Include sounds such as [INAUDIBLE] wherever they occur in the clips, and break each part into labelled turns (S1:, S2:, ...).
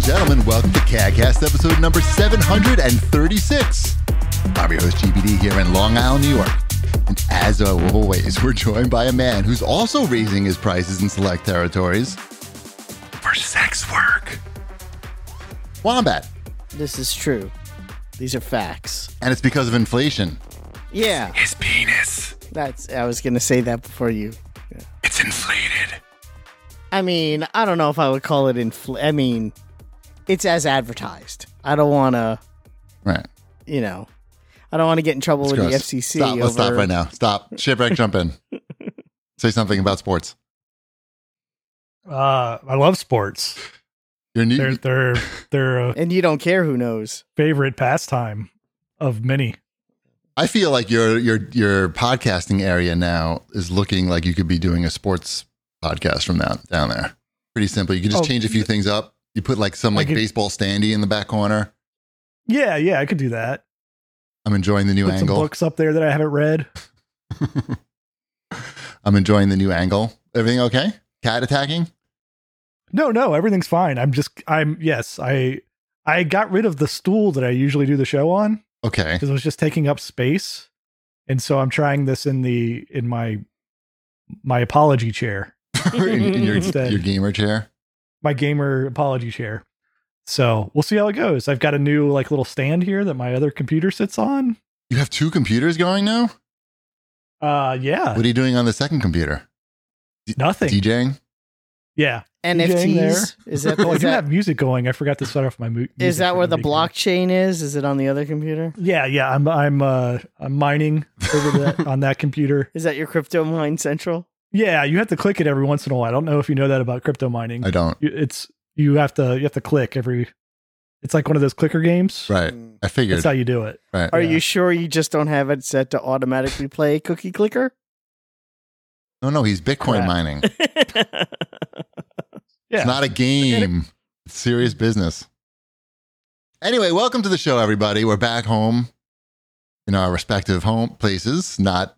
S1: gentlemen, welcome to CAGcast episode number 736. I'm your host, GBD, here in Long Island, New York. And as always, we're joined by a man who's also raising his prices in select territories for sex work. Wombat.
S2: This is true. These are facts.
S1: And it's because of inflation.
S2: Yeah,
S1: His penis.
S2: that's. I was gonna say that before you.
S1: It's inflated.
S2: I mean, I don't know if I would call it infl. I mean, it's as advertised. I don't want to,
S1: Right.
S2: you know, I don't want to get in trouble with
S1: Gross.
S2: the FCC.
S1: Stop,
S2: over,
S1: let's stop right now. Stop. Shipwreck, jump
S2: [LAUGHS]
S1: in. Say something about sports.
S3: Uh, I love sports.
S1: Your new,
S3: They're they're they're
S1: [LAUGHS]
S3: a
S2: And you don't care who knows.
S3: favorite pastime of many.
S1: I feel like your your your podcasting area now is looking like you could be doing a sports podcast from down down there. Pretty simple. You can just
S3: Oh,
S1: change a few things up. You put like some
S3: I
S1: like
S3: could-
S1: baseball standee in the back corner.
S3: Yeah, yeah, I could do that.
S1: I'm enjoying the new
S3: Put some
S1: angle.
S3: books up there that I haven't read.
S1: I'm enjoying the new angle. Everything okay? Cat attacking?
S3: No, no, everything's fine. I'm just I'm yes, I I got rid of the stool that I usually do the show on [LAUGHS]
S1: Okay. [LAUGHS]
S3: because it was just taking up space. And so I'm trying this in the in my my apology chair,
S1: in, in your
S3: Instead.
S1: your gamer chair.
S3: my gamer apology chair. So we'll see how it goes. I've got a new like little stand here that my other computer sits on.
S1: You have two computers going now?
S3: Uh yeah.
S1: What are you doing on the second computer?
S3: Nothing.
S1: DJing?
S3: Yeah. DJing
S2: NFTs?
S1: [LAUGHS]
S2: Is that,
S3: Well, I
S2: is
S3: do
S2: that,
S3: have music going. I forgot to set off my mu- music.
S2: is that where the
S3: beginning.
S2: blockchain is? Is it on the other computer?
S3: Yeah, yeah. I'm I'm uh I'm mining
S2: [LAUGHS]
S3: over that on that computer.
S2: Is that your crypto mine central?
S3: Yeah, you have to click it every once in a while. I don't know if you know that about crypto mining.
S1: I don't.
S3: You- It's you have to you have to click every. It's like one of those clicker games.
S1: Right. I figured.
S3: That's how you do it.
S1: right.
S2: Are
S3: Yeah.
S2: you sure you just don't have it set to automatically play cookie clicker?
S1: No, no, he's Bitcoin
S3: Crap.
S1: mining.
S2: [LAUGHS]
S3: Yeah.
S1: It's not a game. It's serious business. Anyway, welcome to the show, everybody. We're back home in our respective home places. Not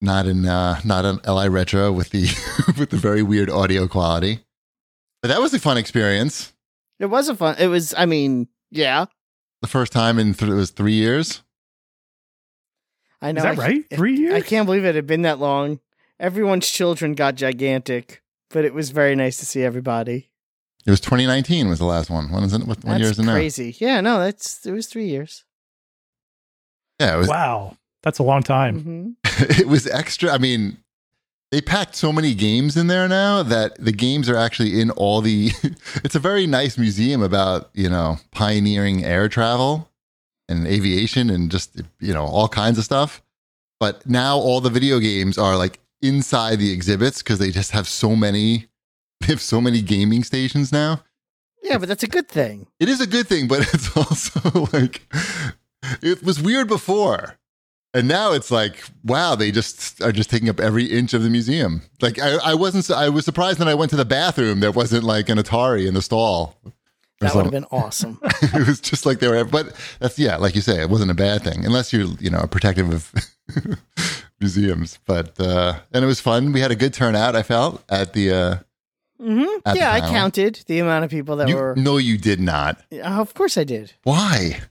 S1: not in uh not in LI Retro with the [LAUGHS] with the very weird audio quality. But that was a fun experience.
S2: it was a fun. It was. I mean, yeah.
S1: The first time in th- it was three years.
S2: I know.
S3: Is that
S2: I-
S3: right? Three years.
S2: I can't believe it had been that long. Everyone's children got gigantic, but it was very nice to see everybody.
S1: It was 2019 was the last one. When is it? What,
S2: That's
S1: one year is it now?
S2: crazy. Yeah, no, that's it was three years.
S1: Yeah, it was.
S3: Wow, that's a long time.
S2: hmm
S1: [LAUGHS] it was extra. I mean, they packed so many games in there now that the games are actually in all the. [LAUGHS] it's a very nice museum about you know pioneering air travel and aviation and just you know all kinds of stuff. But now all the video games are like inside the exhibits because they just have so many. [LAUGHS] They have so many gaming stations now
S2: Yeah, but that's a good thing.
S1: it is a good thing, but [LAUGHS] it's also like it was weird before. And now it's like, wow, they just are just taking up every inch of the museum. Like I, I wasn't, su- I was surprised when I went to the bathroom. There wasn't like an Atari in the stall. [LAUGHS] or
S2: That would
S1: something.
S2: have been
S1: [LAUGHS]
S2: awesome.
S1: it was just like they were, but that's yeah, like you say, it wasn't a bad thing unless you're, you know, protective of [LAUGHS] museums. But uh, and it was fun. We had a good turnout. I felt at the. Uh,
S2: hmm
S1: At the
S2: Yeah, I
S1: panel.
S2: counted the amount of people that
S1: you-
S2: were.
S1: no, you did not.
S2: Yeah, of course, I did
S1: Why?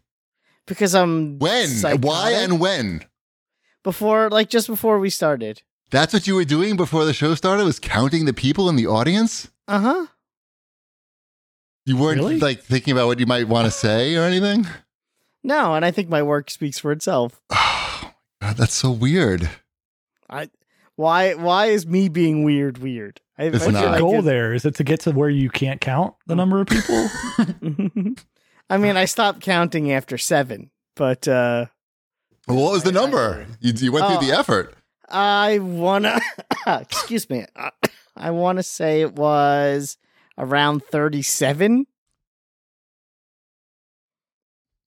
S2: because I'm
S1: When? Why
S2: psychotic.
S1: and when?
S2: before, like just before we started.
S1: That's what you were doing before the show started was counting the people in the audience?
S2: Uh huh.
S1: You weren't
S3: Really?
S1: like thinking about what you might want to say or anything?
S2: No, and I think my work speaks for itself.
S1: [SIGHS] Oh, God, that's so weird.
S2: I why why is me being weird weird? I,
S1: It's
S2: I feel
S1: not.
S3: Your
S1: I
S3: goal
S2: it-
S3: there is it to get to where you can't count the number of people.
S2: I mean, I stopped counting after seven, but uh,
S1: Well, what was the number? You, you went
S2: Oh.
S1: through the effort.
S2: I wanna, [COUGHS] excuse me, [COUGHS] I, I wanna say it was around 37.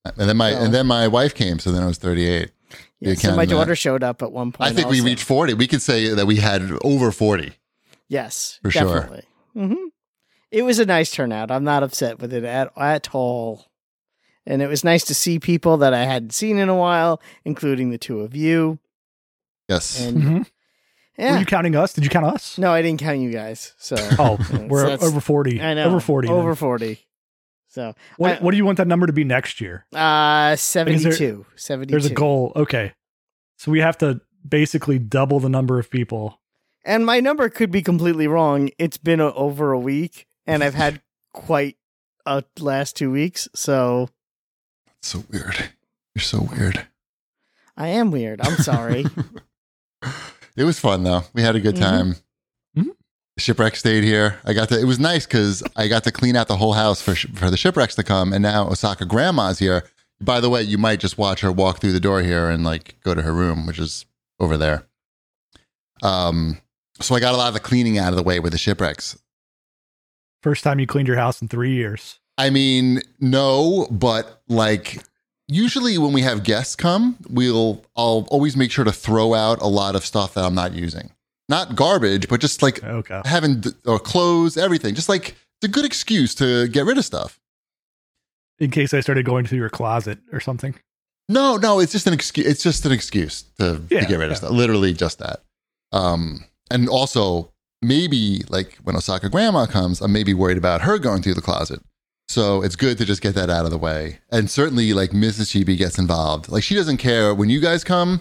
S1: And then my
S2: Oh.
S1: and then my wife came, so then I was 38.
S2: Yeah,
S1: You
S2: so my
S1: counted that.
S2: daughter showed up at one
S1: I
S2: point.
S1: think we
S2: also.
S1: reached 40. We could say that we had over 40.
S2: Yes,
S1: For sure.
S2: definitely. hmm It was a nice turnout. I'm not upset with it at, at all. And it was nice to see people that I hadn't seen in a while, including the two of you.
S1: Yes.
S2: And
S3: Mhm.
S2: [LAUGHS] yeah.
S3: Were you counting us? Did you
S2: [LAUGHS]
S3: count us?
S2: no, I didn't count you guys. So
S3: [LAUGHS] Oh,
S2: Yeah, so
S3: we're
S2: that's-
S3: over 40.
S2: I know.
S3: Over 40. then.
S2: Over 40. So
S3: What,
S2: I-
S3: what do you want that number to be next year?
S2: uh, 72.
S3: there-
S2: 72.
S3: There's a goal. Okay. So we have to basically double the number of people.
S2: And my number could be completely wrong. It's been a, over a week, and I've
S3: [LAUGHS]
S2: had quite a last two weeks. So
S1: So weird. You're so weird.
S2: I am weird. I'm
S3: [LAUGHS]
S2: sorry.
S1: [LAUGHS] It was fun though. We had a good
S2: Mhm.
S1: time.
S3: Mhm.
S1: Shipwreck stayed here. I got to. It was nice because I got to clean out the whole house for sh- for the shipwrecks to come, and now Osaka Grandma's here. By the way, you might just watch her walk through the door here and like go to her room, which is over there. Um. So I got a lot of the cleaning out of the way with the shipwrecks.
S3: First time you cleaned your house in three years.
S1: I mean, no, but like usually when we have guests come, we'll I'll always make sure to throw out a lot of stuff that I'm not using. Not garbage, but just like
S3: Okay.
S1: having d- or clothes, everything. Just like it's a good excuse to get rid of stuff.
S3: In case I started going through your closet or something.
S1: No, no, it's just an excuse. It's just an excuse to,
S3: Yeah,
S1: to get rid
S3: yeah.
S1: of stuff. Literally just that. Um, and also maybe like when Osaka grandma comes, I'm maybe worried about her going through the closet. So it's good to just get that out of the way. And certainly like Mrs. Chibi gets involved. Like she doesn't care when you guys come,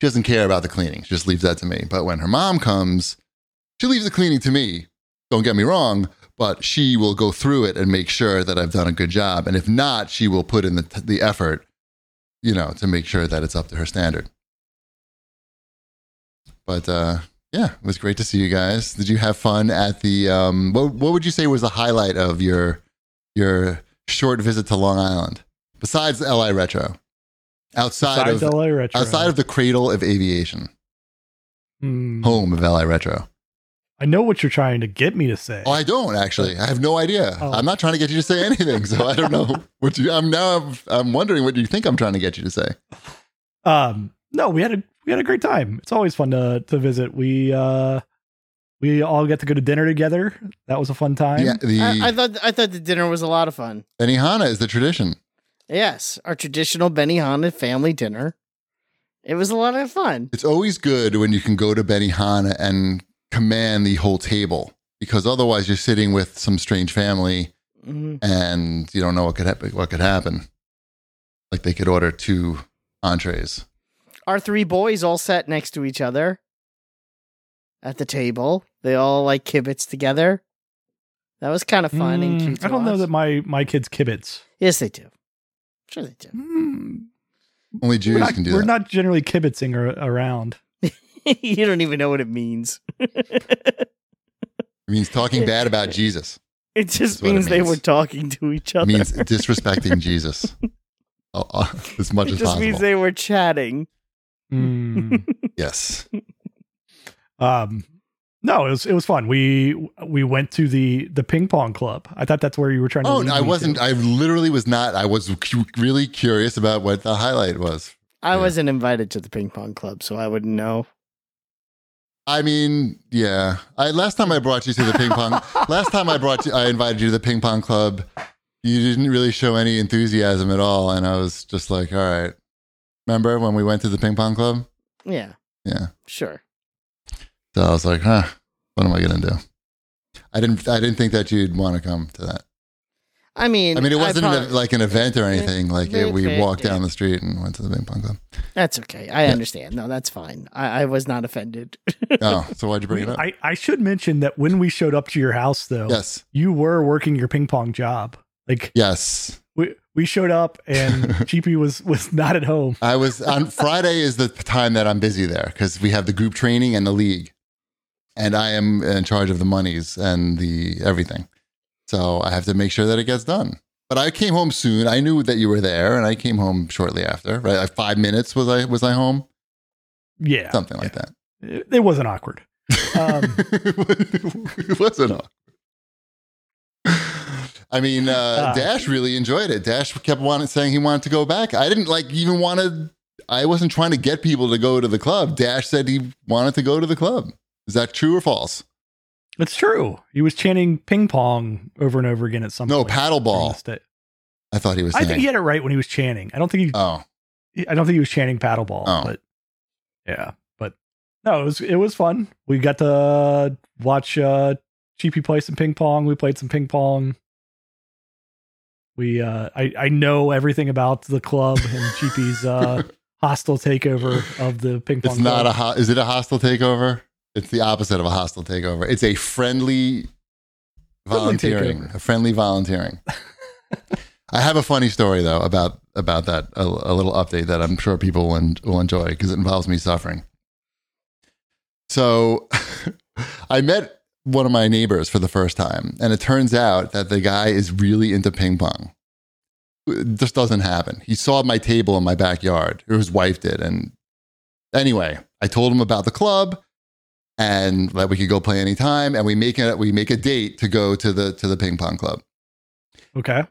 S1: she doesn't care about the cleaning. She just leaves that to me. But when her mom comes, she leaves the cleaning to me. Don't get me wrong, but she will go through it and make sure that I've done a good job. And if not, she will put in the, t- the effort you know, to make sure that it's up to her standard. But uh, yeah, it was great to see you guys. Did you have fun at the? Um, what What would you say was the highlight of your your short visit to Long Island, besides LI Retro? Outside
S3: Besides
S1: of
S3: LA Retro.
S1: outside of the cradle of aviation,
S3: Hmm.
S1: home of LI Retro.
S3: I know what you're trying to get me to say.
S1: Oh, I don't actually. I have no idea.
S3: Oh.
S1: I'm not trying to get you to say anything, so I don't know what you. I'm now. I'm, I'm wondering what you think I'm trying to get you to say.
S3: um no we had a we had a great time it's always fun to to visit we uh we all got to go to dinner together that was a fun time
S1: Yeah, the
S2: I, I thought I thought the dinner was a lot of fun.
S1: Benihana is the tradition.
S2: Yes, our traditional Benihana family dinner. It was a lot of fun.
S1: It's always good when you can go to Benihana and command the whole table because otherwise you're sitting with some strange family
S2: Mhm.
S1: and you don't know what could happen. What could happen? Like they could order two entrees.
S2: Our three boys all sat next to each other at the table. They all like kibbutz together. That was kind of fun and
S3: Mm,
S2: cute.
S3: i
S2: to
S3: don't know
S2: watch.
S3: that my my kids kibitz
S2: Yes, they do. Sure, they do. [LAUGHS]
S3: Mm,
S1: Only Jews
S3: we're not,
S1: can do
S3: we're
S1: that.
S3: not generally kibitzing ar- around
S2: you don't even know what it means. it
S1: it means talking bad about Jesus.
S2: just
S1: what it
S2: means, they
S1: means.
S2: were talking to each
S1: It
S2: other. [LAUGHS]
S1: means disrespecting Jesus uh, uh, as much
S2: it
S1: as
S2: just
S1: possible.
S2: means they were chatting.
S3: Mm.
S1: yes.
S3: [LAUGHS] um no it was it was fun we we went to the the ping pong club i thought that's where you were trying to
S1: Oh,
S3: lead
S1: I
S3: me to.
S1: wasn't. I literally was not. I was cu- really curious about what the highlight was.
S2: I
S1: Yeah.
S2: wasn't invited to the ping pong club, so I wouldn't know.
S1: I mean, yeah. I last time I brought you to the ping pong. last time I brought you, I invited you to the ping pong club. You didn't really show any enthusiasm at all, and I was just like, "All right." Remember when we went to the ping pong club?
S2: Yeah,
S1: Yeah.
S2: sure.
S1: So I was like, "Huh, what am I gonna do?" I didn't. I didn't think that you'd want to come to that.
S2: I mean,
S1: I mean, it wasn't an-
S2: prob-
S1: like an event or anything. Like it, we
S2: Okay.
S1: walked down the street and went to the ping pong club.
S2: that's okay. I
S1: Yeah.
S2: understand. No, that's fine. I, I was not offended. [LAUGHS]
S1: Oh, so why'd you bring it up?
S3: I, I should mention that when we showed up to your house though
S1: Yes,
S3: you were working your ping pong job like
S1: yes.
S3: we we showed up
S1: [LAUGHS]
S3: and GP was was not at home.
S1: I was
S3: [LAUGHS]
S1: on Friday is the time that I'm busy there because we have the group training and the league, and I am in charge of the monies and the everything. So I have to make sure that it gets done. But I came home soon. I knew that you were there, and I came home shortly after. Right, like five minutes was I was I home?
S3: Yeah,
S1: Something like that.
S3: It, it wasn't awkward.
S1: [LAUGHS]
S3: Um,
S1: it wasn't all. I mean, uh,
S3: Uh,
S1: Dash really enjoyed it. Dash kept wanting, saying he wanted to go back. I didn't like even want to. I wasn't trying to get people to go to the club. Dash said he wanted to go to the club. Is that true or false?
S3: it's true. He was chanting ping pong over and over again at some
S1: No,
S3: point.
S1: paddle
S3: during
S1: ball.
S3: this day.
S1: I thought he was.
S3: I
S1: Saying.
S3: think he had it right when he was chanting. I don't think
S1: oh,
S3: he I don't think he was chanting paddle ball,
S1: Oh.
S3: but yeah, but no, it was it was fun. We got to watch uh GP play some ping pong. We played some ping pong. We uh, I I know everything about the club
S1: [LAUGHS]
S3: and Cheapy's uh, hostile takeover of the ping pong.
S1: It's not
S3: club.
S1: a ho- is it a hostile takeover? It's the opposite of a hostile takeover. It's a friendly volunteering,
S3: takeover.
S1: a friendly volunteering. I have a funny story though about about that a, a little update that I'm sure people will, en- will enjoy because it involves me suffering. So [LAUGHS] I met one of my neighbors for the first time and it turns out that the guy is really into ping pong it just doesn't happen. He saw my table in my backyard, or his wife did. And anyway, I told him about the club and that we could go play anytime. And we make a we make a date to go to the to the ping pong club.
S3: okay.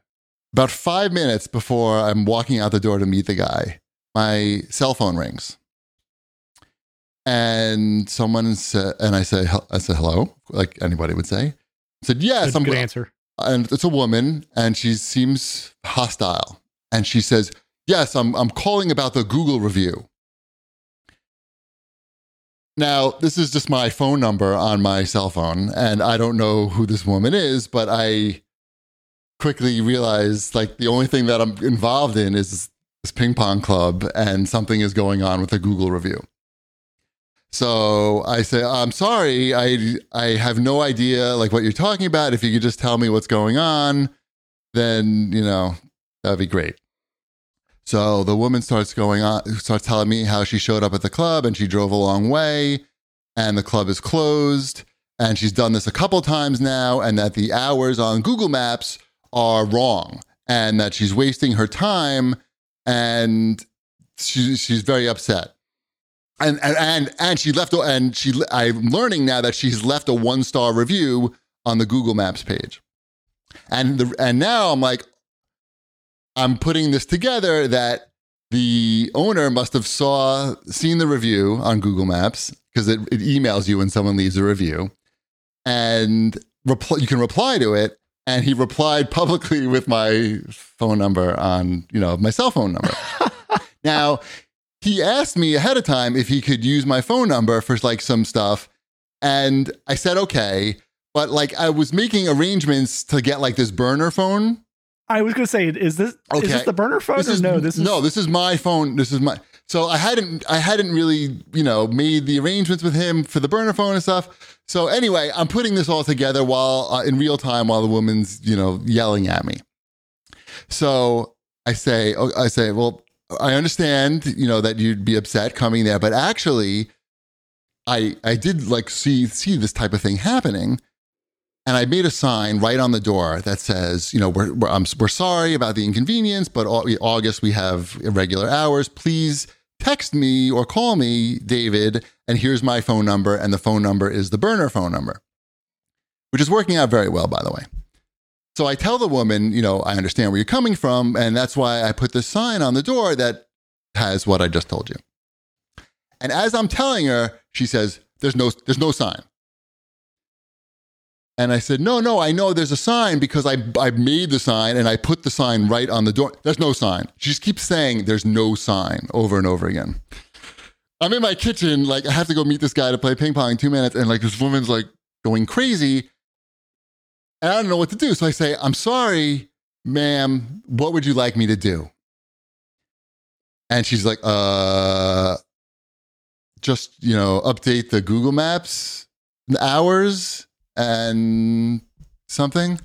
S1: About five minutes before I'm walking out the door to meet the guy, my cell phone rings, and someone said, and I say, "Hel- I said hello, like anybody would say. I said yes,
S3: That's a
S1: I'm
S3: good
S1: going
S3: answer.
S1: and it's a woman and she seems hostile and she says yes i'm, I'm calling about the google review now this is just my phone number on my cell phone and i don't know who this woman is but i quickly realized like the only thing that i'm involved in is this ping pong club and something is going on with the google review so I say, I'm sorry, I I have no idea like what you're talking about. If you could just tell me what's going on, then you know that'd be great. So the woman starts going on, starts telling me how she showed up at the club and she drove a long way, and the club is closed, and she's done this a couple times now, and that the hours on Google Maps are wrong, and that she's wasting her time, and she, she's very upset and and and, and she left a- and she I'm learning now that she's left a one star review on the Google Maps page, and the and now I'm like, I'm putting this together that the owner must have saw seen the review on Google Maps because it, it emails you when someone leaves a review, and repl- you can reply to it. And he replied publicly with my phone number on, you know, my cell phone number. now, he asked me ahead of time if he could use my phone number for like some stuff and i said okay but like i was making arrangements to get like this burner phone
S3: I was gonna say, is this
S1: Okay.
S3: is this the burner phone? or no, this is
S1: no this is my phone this is my so i hadn't i hadn't really you know made the arrangements with him for the burner phone and stuff so anyway i'm putting this all together while uh, in real time while the woman's you know yelling at me so I say, oh, I say, well, I understand, you know, that you'd be upset coming there, but actually, I I did like see see this type of thing happening, and I made a sign right on the door that says, you know, we're we're, um, we're sorry about the inconvenience, but au- August we have irregular hours. Please text me or call me, David, and here's my phone number, and the phone number is the burner phone number, which is working out very well, by the way. So I tell the woman, you know, I understand where you're coming from, and that's why I put this sign on the door that has what I just told you. And as I'm telling her, she says, "There's no, there's no sign." And I said, "No, no, I know there's a sign because I I made the sign and I put the sign right on the door. There's no sign." She just keeps saying, "There's no sign" over and over again. I'm in my kitchen, like I have to go meet this guy to play ping pong in two minutes, and like this woman's like going crazy. And I don't know what to do. So I say, I'm sorry, ma'am. What would you like me to do? And she's like, uh, just, you know, update the Google Maps hours and something.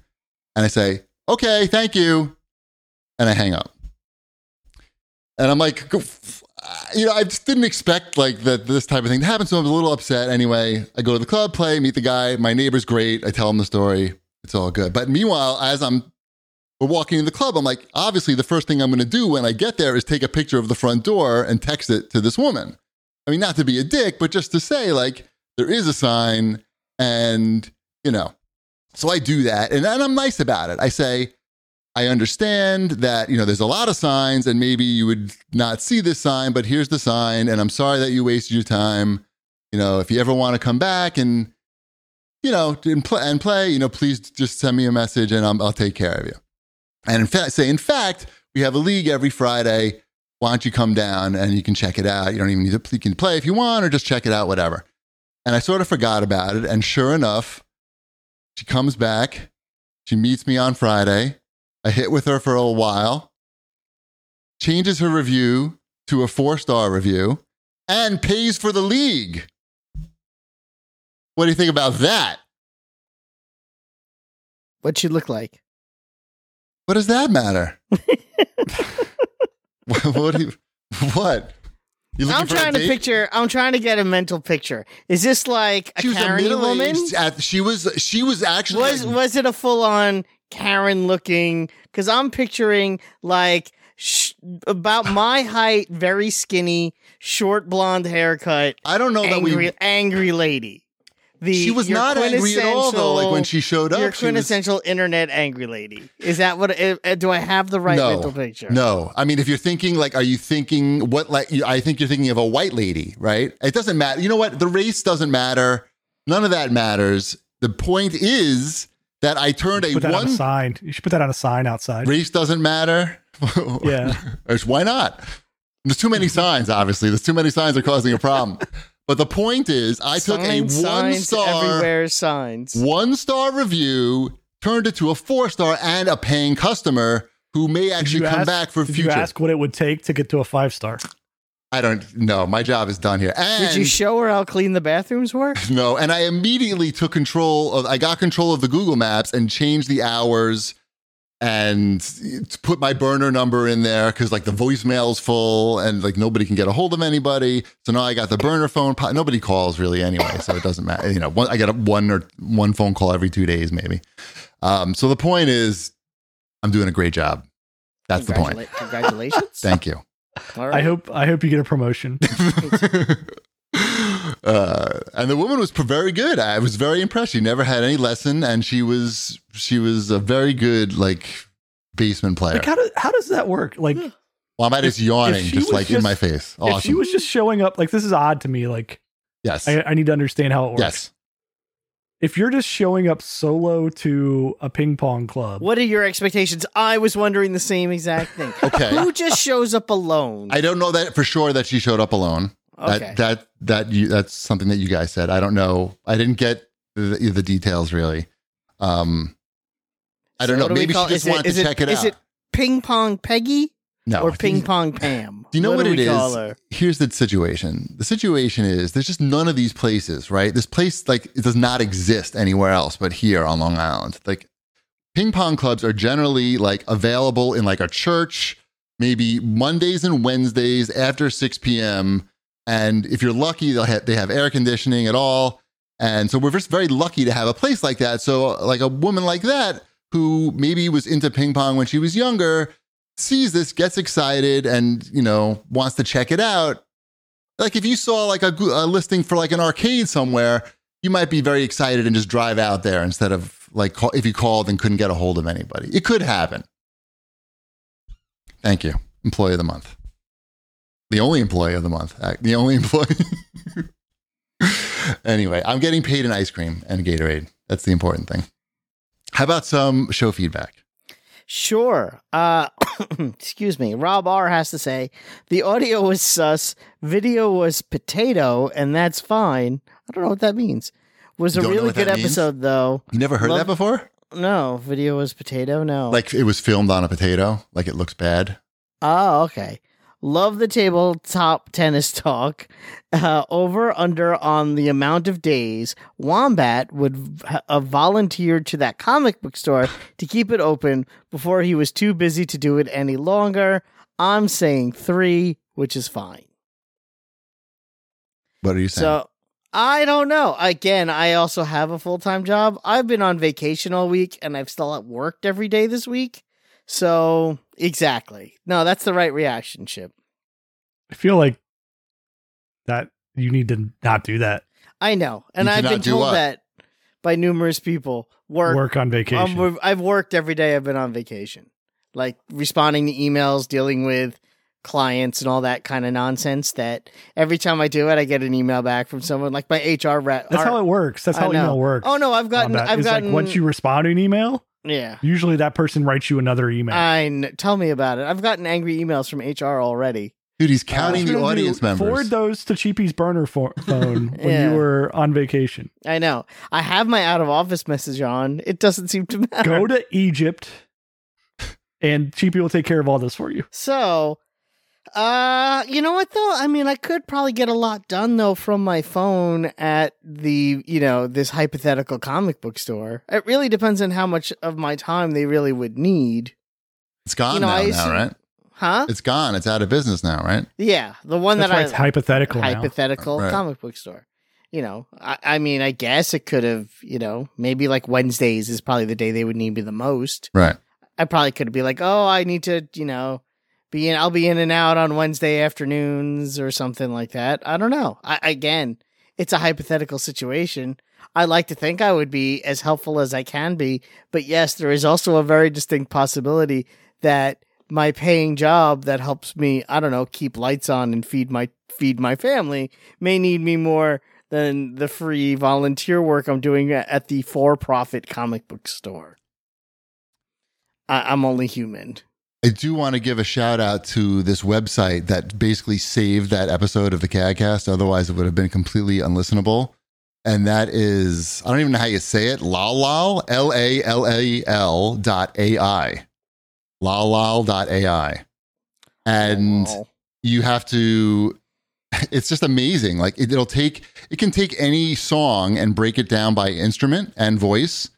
S1: And I say, okay, thank you. And I hang up. And I'm like, go f- you know, I just didn't expect like that this type of thing to happen. So I was a little upset. Anyway, I go to the club, play, meet the guy. My neighbor's great. I tell him the story it's all good. But meanwhile, as I'm we're walking in the club, I'm like, obviously, the first thing I'm going to do when I get there is take a picture of the front door and text it to this woman. I mean, not to be a dick, but just to say, like, there is a sign, and you know, so I do that, and then I'm nice about it. I say, I understand that you know there's a lot of signs, and maybe you would not see this sign, but here's the sign, and I'm sorry that you wasted your time. You know, if you ever want to come back and you know, and play, and play, you know, please just send me a message and I'm, I'll take care of you. And in fact, say, in fact, we have a league every Friday. Why don't you come down and you can check it out? You don't even need to, you can play if you want or just check it out, whatever. And I sort of forgot about it. And sure enough, she comes back. She meets me on Friday. I hit with her for a while, changes her review to a four star review, and pays for the league. What do you think about that?
S2: What she look like?
S1: What does that
S2: [LAUGHS]
S1: matter? what, what do you, what? You looking
S2: I'm
S1: for a
S2: trying to
S1: date?
S2: picture. I'm trying to get a mental picture. Is this like a
S1: She was a
S2: Karen woman?
S1: middle-aged. At, she was. She was actually.
S2: Was
S1: like,
S2: was it a full on Karen looking? Because I'm picturing like sh- about my height, very skinny, short blonde haircut,
S1: I don't know Oh, that
S2: angry
S1: we.
S2: angry lady. The
S1: She was
S2: your
S1: not angry at all though. Like when
S2: quintessential-
S1: she showed up,
S2: your
S1: she was
S2: quintessential internet angry lady. Is that what? uh, uh, Do I have the right
S1: No.
S2: mental picture?
S1: No, I mean, if you're thinking like, are you thinking what? Like, you, I think you're thinking of a white lady, right? It doesn't matter. You know what? The race doesn't matter. None of that matters. The point is that I turned a
S3: Put that on a
S1: one.
S3: sign. You should put that on a sign outside.
S1: race doesn't matter.
S3: [LAUGHS]
S1: [LAUGHS]
S3: Yeah.
S1: It's- Why not? There's too many signs. Obviously, there's too many signs are causing a
S3: [LAUGHS]
S1: problem. but the point is, I took a
S2: Signs,
S1: one
S2: signs
S1: star
S2: everywhere. Signs.
S1: one star review, turned it to a four star, and a paying customer who may
S3: Did
S1: actually
S3: you
S1: come
S3: ask-
S1: back for
S3: did
S1: future.
S3: You ask what it would take to get to a five star.
S1: I don't know. My job is done here. And
S2: Did you show her how clean the bathrooms were?
S1: no, and I immediately took control of I got control of the Google Maps and changed the hours and put my burner number in there cuz like the voicemail's full and like nobody can get a hold of anybody. So now I got the burner phone. po- Nobody calls really anyway, so it doesn't matter. You know, one, I get a one or one phone call every 2 days maybe. Um so the point is I'm doing a great job. That's the point.
S2: Congratula-
S1: [LAUGHS]
S2: Congratulations.
S1: Thank you.
S2: All
S3: I
S2: right.
S3: hope I hope you get
S1: [LAUGHS]
S3: a promotion.
S1: uh, and the woman was p- very good. I was very impressed. She never had any lesson, and she was she was a very good like basement player.
S3: Like how, do, how does that work? Like
S2: Yeah.
S1: Well, I'm just yawning,
S3: she
S1: just
S3: was
S1: like in
S3: just-
S1: my face.
S3: if she
S1: Awesome.
S3: was just showing up, like this is odd to me. Like
S1: yes.
S3: I, I need to understand how it works.
S1: yes.
S3: If you're just showing up solo to a ping pong club,
S2: What are your expectations? I was wondering the same exact thing.
S1: [LAUGHS]
S3: [LAUGHS]
S1: Okay.
S2: Who just shows up alone?
S1: I don't know that for sure that she showed up alone.
S2: okay.
S1: That that that you that's something that you guys said. I don't know. I didn't get the, the details really. Um, I don't
S2: So
S1: know.
S2: what do we
S1: Maybe she
S2: call-
S1: just
S2: is it-
S1: wanted
S2: is
S1: to check it
S2: is
S1: out.
S2: it ping pong Peggy
S1: no,
S2: or
S1: I
S2: ping
S1: think-
S2: pong Pam?
S1: Do you know what,
S2: do
S1: it
S2: we
S1: is?
S2: call her?
S1: Here's the situation. The situation is there's just none of these places, right? This place like it does not exist anywhere else but here on Long Island. Like ping pong clubs are generally like available in like a church, maybe Mondays and Wednesdays after 6 p.m. And if you're lucky, they'll have, they have air conditioning at all. And so we're just very lucky to have a place like that. So like a woman like that who maybe was into ping pong when she was younger sees this, gets excited, and you know wants to check it out. Like if you saw like a, gu- a listing for like an arcade somewhere, you might be very excited and just drive out there instead of like call, if you called and couldn't get a hold of anybody. It could happen. Thank you, employee of the month. The only employee of the month. uh, The only [LAUGHS] employee. anyway, I'm getting paid in ice cream and Gatorade. That's the important thing. How about some show feedback?
S2: Sure. Uh, [COUGHS] excuse me. Rob R has to say the audio was sus, video was potato, and that's fine. I don't know what that means. Was
S1: You
S2: a
S1: don't know
S2: really
S1: what
S2: good
S1: that means?
S2: episode though.
S1: You never heard
S2: Love-
S1: that before?
S2: No, video was potato. No.
S1: Like it was filmed on a potato, like it looks bad.
S2: Oh, okay. Love the tabletop tennis talk. Uh, over under on the amount of days Wombat would v- have volunteered to that comic book store to keep it open before he was too busy to do it any longer. I'm saying three, which is fine.
S1: What are you saying?
S2: So I don't know. Again, I also have a full time job. I've been on vacation all week and I've still at worked every day this week. So exactly. No, that's the right reaction, Chip.
S3: I feel like that you need to not do that.
S2: I know, and
S1: You
S2: I've
S1: cannot
S2: been
S1: do
S2: told
S1: what?
S2: that by numerous people. Work.
S3: Work on
S2: Um,
S3: vacation.
S2: we've- I've worked every day. I've been on vacation, like responding to emails, dealing with clients, and all that kind of nonsense. That every time I do it, I get an email back from someone, like my HR rep.
S3: That's how it works. That's
S2: I
S3: how
S2: know.
S3: email works.
S2: Oh no, I've gotten.
S3: Combat.
S2: I've
S3: It's
S2: gotten.
S3: like once you respond to an email,
S2: yeah.
S3: usually that person writes you another email.
S2: I kn- tell me about it. I've gotten angry emails from HR already.
S1: Dude,
S2: uh,
S1: he's counting
S2: [LAUGHS]
S3: What you're
S1: the
S3: gonna do,
S1: audience
S3: Forward
S1: members.
S3: those to Cheapy's burner for- phone when
S2: Yeah.
S3: you were on vacation.
S2: I know. [LAUGHS] I have my out of office message on. It doesn't seem to matter.
S3: Go to Egypt. and Cheapy will take care of all this for you.
S2: So, uh, you know what though? I mean, I could probably get a lot done though from my phone at the, you know, this hypothetical comic book store. It really depends on how much of my time they really would need.
S1: It's gone
S2: You know,
S1: now,
S2: I
S1: now,
S2: assume-
S1: right?
S2: Huh?
S1: It's gone. It's out of business now, right?
S2: Yeah, the one
S3: That's
S2: that
S3: why
S2: I
S3: it's hypothetical. now.
S2: hypothetical
S1: Right.
S2: comic book store. You know, I, I mean, I guess it could have, you know, maybe like Wednesdays is probably the day they would need me the most.
S1: Right.
S2: I probably could be like, oh, I need to, you know, be in, I'll be in and out on Wednesday afternoons or something like that. I don't know. I, again, it's a hypothetical situation. I like to think I would be as helpful as I can be, but yes, there is also a very distinct possibility that my paying job that helps me, I don't know, keep lights on and feed my feed my family may need me more than the free volunteer work I'm doing a- at the for-profit comic book store. I- I'm only human.
S1: I do want to give a shout out to this website that basically saved that episode of the CADcast. Otherwise, it would have been completely unlistenable. And that is, I don't even know how you say it, lalal, L A L A L dot AI. Lalal dot AI. And
S2: Wow.
S1: you have to [LAUGHS] it's just amazing like it, it'll take it can take any song and break it down by instrument and voice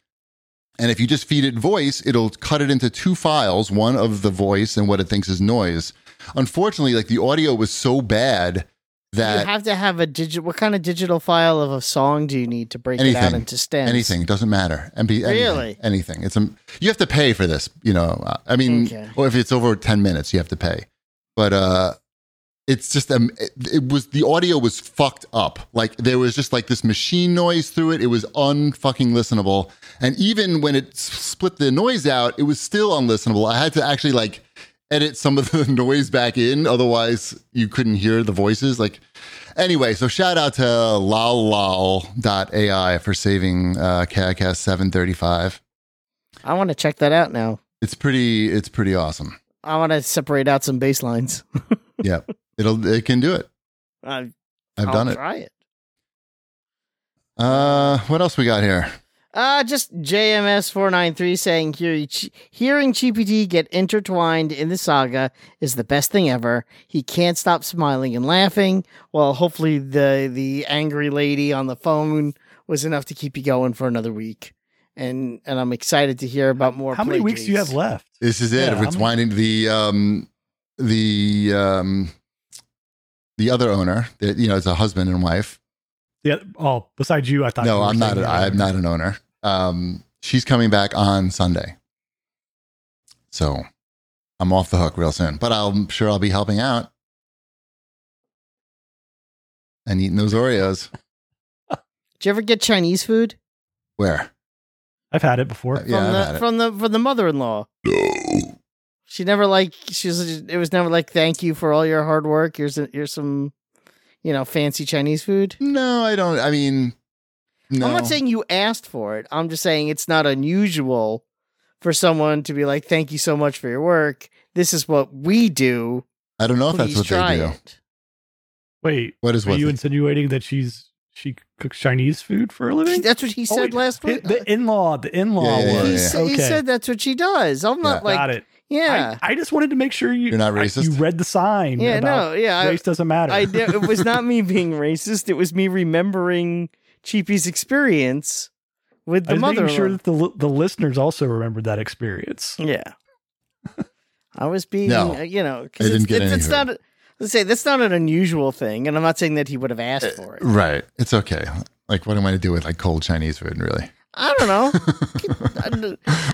S1: and if you just feed it voice it'll cut it into two files one of the voice and what it thinks is noise unfortunately like the audio was so bad
S2: you
S1: that
S2: have to have a digital. What kind of digital file of a song do you need to break it out
S1: Anything.
S2: into stems?
S1: anything doesn't matter and be anything,
S2: Really?
S1: anything it's a, you have to pay for this you know uh, i mean
S2: Okay.
S1: or if it's over 10 minutes you have to pay but uh it's just um, it, it was the audio was fucked up like there was just like this machine noise through it it was unfucking listenable and even when it s- split the noise out it was still unlistenable i had to actually like edit some of the [LAUGHS] noise back in otherwise you couldn't hear the voices like anyway so shout out to lalal.ai for saving uh CADcast 735
S2: I want to check that out now.
S1: it's pretty it's pretty awesome
S2: I want to separate out some bass lines.
S1: it'll it can do it
S2: I-
S1: i've
S2: [LAUGHS] I'll
S1: done it
S2: Try it.
S1: Uh, what else we got here?
S2: Uh, just JMS four nine three saying hearing Ch- hearing GPT get intertwined in the saga is the best thing ever. He can't stop smiling and laughing. Well, hopefully the the angry lady on the phone was enough to keep you going for another week. And and I'm excited to hear about more.
S3: How many weeks do you
S2: plagiaries.
S3: have left?
S1: This is it.
S3: Yeah,
S1: it's
S3: I'm-
S1: winding the um the um the other owner. that, you know, it's a husband and wife.
S3: Yeah. Oh, besides you, I thought. you
S1: No,
S3: were
S1: I'm not.
S3: saying
S1: A,
S3: the
S1: I'm
S3: other.
S1: not an owner. Um, she's coming back on Sunday, so I'm off the hook real soon. But I'm sure I'll be helping out and eating those Oreos.
S2: Did you ever get Chinese food
S1: Where?
S3: I've had it before.
S1: Yeah, I've had
S2: from the
S1: it.
S2: from the from the mother-in-law?
S1: No.
S2: She never like she was. It was never like thank you for all your hard work. Here's a, here's some, you know, fancy Chinese food.
S1: No, I don't. I mean, no.
S2: I'm not saying you asked for it. I'm just saying it's not unusual for someone to be like, "Thank you so much for your work. This is what we do.
S1: I don't know if that's
S2: Please
S1: what
S2: try
S1: they do.
S2: it."
S3: Wait,
S1: What is
S3: are
S1: what?
S3: you
S1: they-
S3: insinuating that she's she cooks Chinese food for a living?
S2: That's what he
S3: Oh,
S2: said
S3: wait,
S2: last
S3: The-
S2: week.
S3: the in-law, the in-law.
S1: Yeah, yeah,
S3: one.
S1: yeah,
S2: he,
S1: yeah.
S2: sa-
S3: Okay.
S2: he said that's what she does. I'm not like,
S3: Got it.
S2: yeah,
S3: I, I just wanted to make sure you
S1: You're not
S3: I-
S1: racist?
S3: you read the sign.
S2: yeah, no,
S3: about
S2: yeah. I-
S3: race doesn't matter.
S2: I did, it was not me
S3: [LAUGHS]
S2: being racist. It was me remembering Cheapy's experience with the
S3: I was
S2: mother.
S3: making sure that the li- the listeners also remembered that experience.
S2: yeah, I was being,
S1: No.
S2: uh, you
S1: I
S2: know, because
S1: didn't
S2: it's,
S1: get
S2: it's,
S1: any
S2: it's
S1: of
S2: not. a- Let's say that's not an unusual thing, and I'm not saying that he would have
S1: Uh,
S2: asked for it.
S1: Right. It's okay. Like, what am I to do with like cold Chinese food? Really?
S2: I
S1: [LAUGHS]
S2: don't know. [LAUGHS]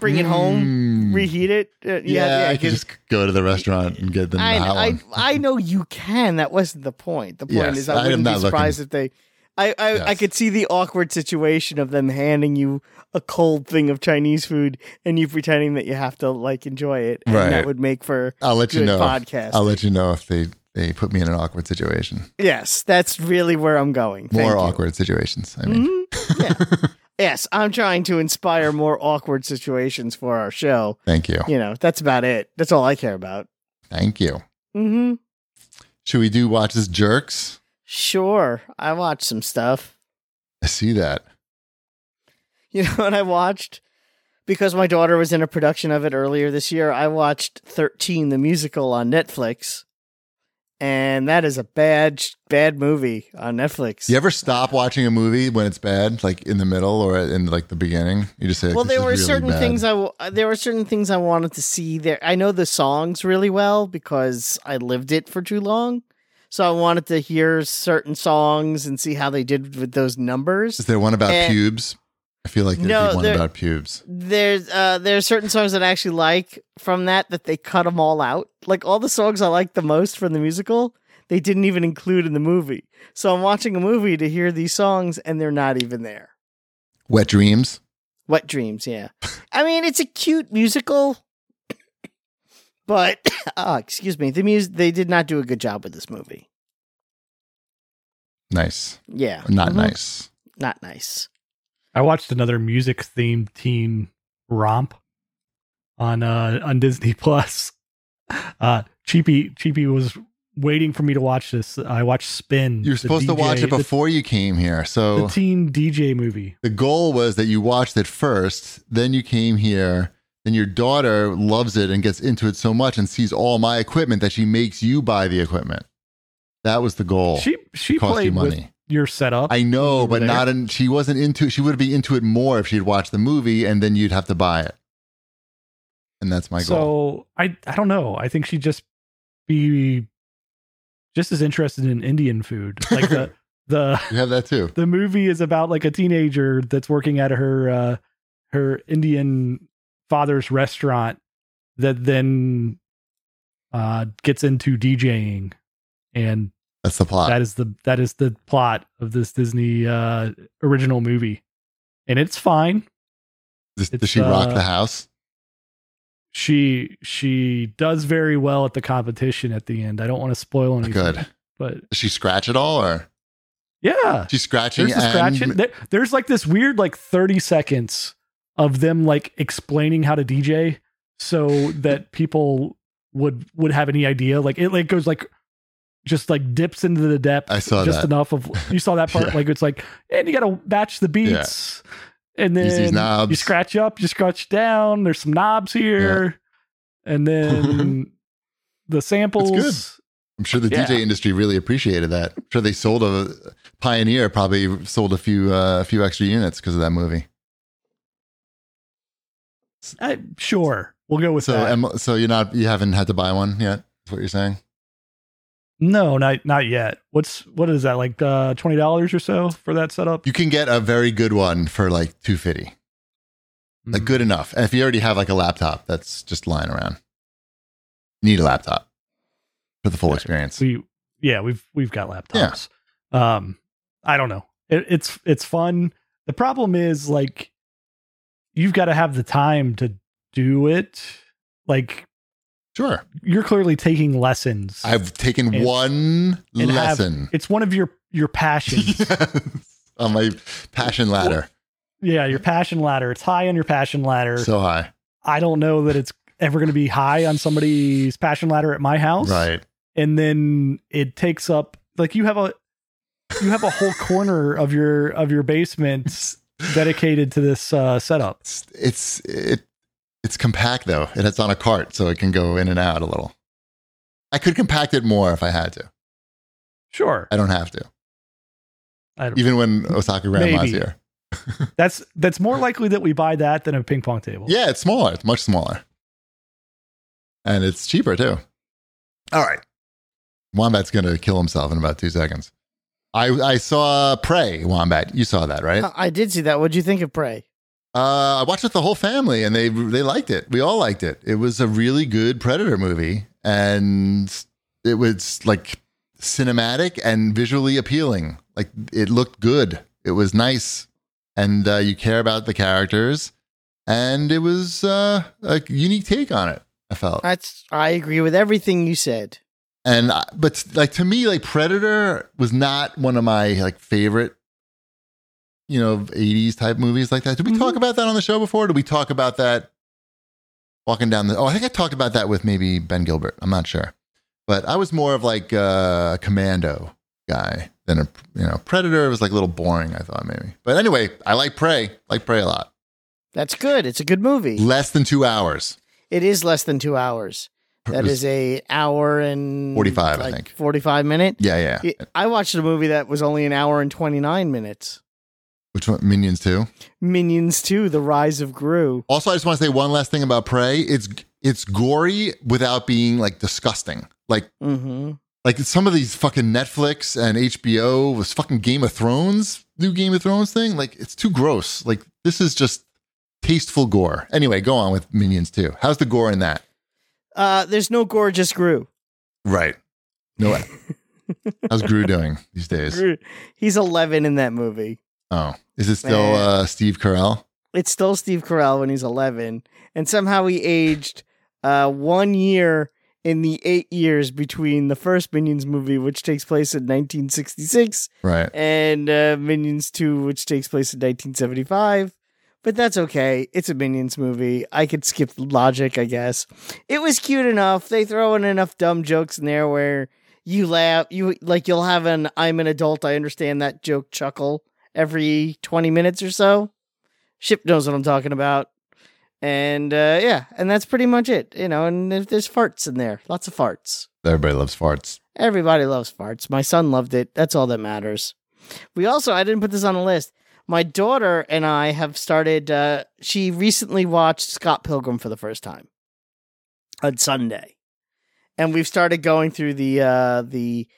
S2: Bring it home,
S1: Mm.
S2: reheat it. Uh, yeah,
S1: yeah,
S2: yeah,
S1: I could
S2: get-
S1: just go to the restaurant and get the
S2: I,
S1: hot
S2: I,
S1: one. [LAUGHS]
S2: I know you can. That wasn't the point. The point
S1: Yes,
S2: is,
S1: I
S2: I
S1: am
S2: wouldn't
S1: not
S2: be surprised if they. I, I, I
S1: Yes.
S2: could see the awkward situation of them handing you a cold thing of Chinese food and you pretending that you have to like enjoy it. And
S1: Right.
S2: That would make for
S1: I'll let
S2: good
S1: you know.
S2: podcast.
S1: I'll let you know if they they put me in an awkward situation.
S2: yes, that's really where I'm going. Thank
S1: More
S2: you.
S1: awkward situations. I mean,
S2: Mhm.
S1: [LAUGHS]
S2: Yeah. yes, I'm trying to inspire more awkward situations for our show.
S1: thank you,
S2: You know, that's about it. That's all I care about.
S1: thank you.
S2: Mm-hmm.
S1: Should we do watch this jerks?
S2: Sure, I watched some stuff.
S1: I see that.
S2: [LAUGHS] You know what I watched? because my daughter was in a production of it earlier this year, I watched 13 the musical on Netflix. And that is a bad bad movie on Netflix.
S1: You ever stop watching a movie when it's bad, like in the middle or in like the beginning? You just say,
S2: well,
S1: "This
S2: there
S1: is
S2: were
S1: really
S2: certain
S1: bad."
S2: things I w- there were certain things I wanted to see there. I know the songs really well because I lived it for too long. So I wanted to hear certain songs and see how they did with those numbers.
S1: Is there one about
S2: Eh.
S1: pubes? I feel like there'd
S2: No,
S1: be one
S2: there-
S1: about pubes.
S2: there's uh there are certain songs that I actually like from that that they cut them all out. Like all the songs I like the most from the musical, they didn't even include in the movie. So I'm watching a movie to hear these songs and they're not even there.
S1: Wet dreams.
S2: Wet
S1: [LAUGHS]
S2: Dreams, yeah. I mean, it's a cute musical, but [COUGHS] oh, excuse me, the mus they did not do a good job with this movie.
S1: Nice.
S2: Yeah,
S1: Not
S3: Uh-huh.
S2: Mhm.
S1: nice.
S2: not nice.
S3: I watched another music themed teen romp on uh on Disney [LAUGHS] Plus. Uh Cheapy Cheapy was waiting for me to watch this. I watched Spin.
S1: You're
S3: the
S1: supposed to watch
S3: DJ
S1: it before you came here.
S3: the,
S1: So
S3: the teen DJ movie.
S1: the goal was that you watched it first, then you came here, then your daughter loves it and gets into it so much and sees all my equipment that she makes you buy the equipment. That was the goal.
S3: She she
S1: Cost you
S3: played with
S1: money.
S3: your setup.
S1: I know,
S3: You were
S1: but not in she wasn't into she would be into it more if she'd watched the movie and then you'd have to buy it. And that's my
S3: so
S1: goal.
S3: I I don't know. I think she'd just be just as interested in Indian food.
S1: [LAUGHS]
S3: Like the the
S1: You have that too.
S3: the movie is about like a teenager that's working at her uh her Indian father's restaurant that then uh gets into DJing and
S1: That's the plot.
S3: that is the that is the plot of this Disney uh original movie. And it's fine.
S1: Does, does
S3: it's,
S1: she rock
S3: uh,
S1: the house?
S3: She she does very well at the competition at the end. I don't want to spoil anything.
S1: Good. Does
S3: But
S1: she scratch at all or
S3: yeah.
S1: she's scratching
S3: There's the
S1: and
S3: scratching. There, there's like this weird like 30 seconds of them like explaining how to DJ so
S1: [LAUGHS]
S3: that people would would have any idea. Like it like goes like just like dips into the depth.
S1: I saw
S3: just
S1: that.
S3: enough of you saw that part.
S1: [LAUGHS] Yeah.
S3: Like it's like and you gotta match the beats. And
S1: Use these
S3: then you
S1: knobs.
S3: scratch up, you scratch down. There's some knobs here, and
S1: [LAUGHS]
S3: then the samples.
S1: I'm sure the
S3: Yeah.
S1: DJ industry really appreciated that. I'm sure they sold a Pioneer probably sold a few uh, a few extra units because of that movie.
S3: I, sure, we'll go with
S1: So
S3: that.
S1: Em- so you're not you haven't had to buy one yet. Is what you're saying?
S3: No, not not yet. What's what is that like? Uh, Twenty dollars or so for that setup.
S1: You can get a very good one for like 250.
S3: Mm-hmm.
S1: Like good enough. And if you already have like a laptop that's just lying around. You need a laptop for the full
S3: Yeah.
S1: experience.
S3: We yeah, we've we've got laptops. Um, I don't know. It, it's it's fun. The problem is like you've got to have the time to do it. Like
S1: Sure.
S3: you're clearly taking lessons.
S1: I've taken
S3: And-
S1: one
S3: and have-
S1: lesson [LAUGHS]
S3: it's one of your your passions.
S1: on my passion ladder.
S3: yeah, your passion ladder. It's high on your passion ladder.
S1: So high.
S3: I don't know that it's ever going to be high on somebody's passion ladder at my house.
S1: Right.
S3: and then it takes up like you have a you have a whole corner of your of your basement dedicated to this uh setup
S1: It's it's it, it's compact though, and it's on a cart, so it can go in and out a little. I could compact it more if I had to.
S3: sure
S1: I don't have to.
S3: I don't,
S1: Even when Osaka Grandma's
S3: Maybe.
S1: here.
S3: that's that's more likely that we buy that than a ping pong table
S1: Yeah, it's smaller. It's much smaller. And it's cheaper too. All right. Wombat's going to kill himself in about two seconds. I, I saw Prey, Wombat. You saw that, right?
S2: I, I did see that. What'd you think of Prey?
S1: Uh, I watched it with the whole family, and they they liked it. We all liked it. It was a really good Predator movie, and it was like cinematic and visually appealing. Like it looked good. It was nice, and uh, you care about the characters, and it was uh, a unique take on it. I felt
S2: That's I agree with everything you said.
S1: and I- but like to me like predator was not one of my like favorite you know 80s type movies like that did we talk about that on the show before did we talk about that walking down the oh i think i talked about that with maybe ben gilbert i'm not sure but i was more of like uh, a commando guy than a you know predator was like a little boring i thought maybe but anyway i like prey like prey a lot
S2: That's good. It's a good movie.
S1: Less than two hours.
S2: It is less than two hours. That is a hour and
S1: 45, I
S2: like,
S1: think.
S2: forty-five minute.
S1: Yeah, yeah.
S2: It- I watched a movie that was only an hour and twenty-nine minutes.
S1: Which one? Minions too.
S2: Minions Two: The Rise of Gru.
S1: Also, I just want to say one last thing about Prey. It's it's gory without being like disgusting. Like
S2: Mm-hmm.
S1: like some of these fucking Netflix and HBO was fucking Game of Thrones, new Game of Thrones thing. Like it's too gross. Like this is just tasteful gore. Anyway, go on with Minions too. How's the gore in that?
S2: Uh, there's no gorgeous Gru.
S1: Right. No. How's Gru doing these days?
S2: Gru. He's eleven in that movie.
S1: Oh, is it still uh, Steve Carell?
S2: It's still Steve Carell when he's eleven, and somehow he aged uh, one year in the eight years between the first Minions movie, which takes place in 1966,
S1: Right.
S2: and uh, Minions 2, which takes place in 1975. But that's okay. It's a Minions movie. I could skip logic, I guess. It was cute enough. They throw in enough dumb jokes in there where you laugh. You like you'll have an "I'm an adult. I understand that joke" chuckle every 20 minutes or so. Ship knows what I'm talking about. And uh, yeah, and that's pretty much it. You know, and if there's farts in there, lots of farts.
S1: Everybody loves farts.
S2: Everybody loves farts. My son loved it. That's all that matters. We also, I didn't put this on the list. My daughter and I have started, uh, she recently watched Scott Pilgrim for the first time on Sunday. And we've started going through the, uh, the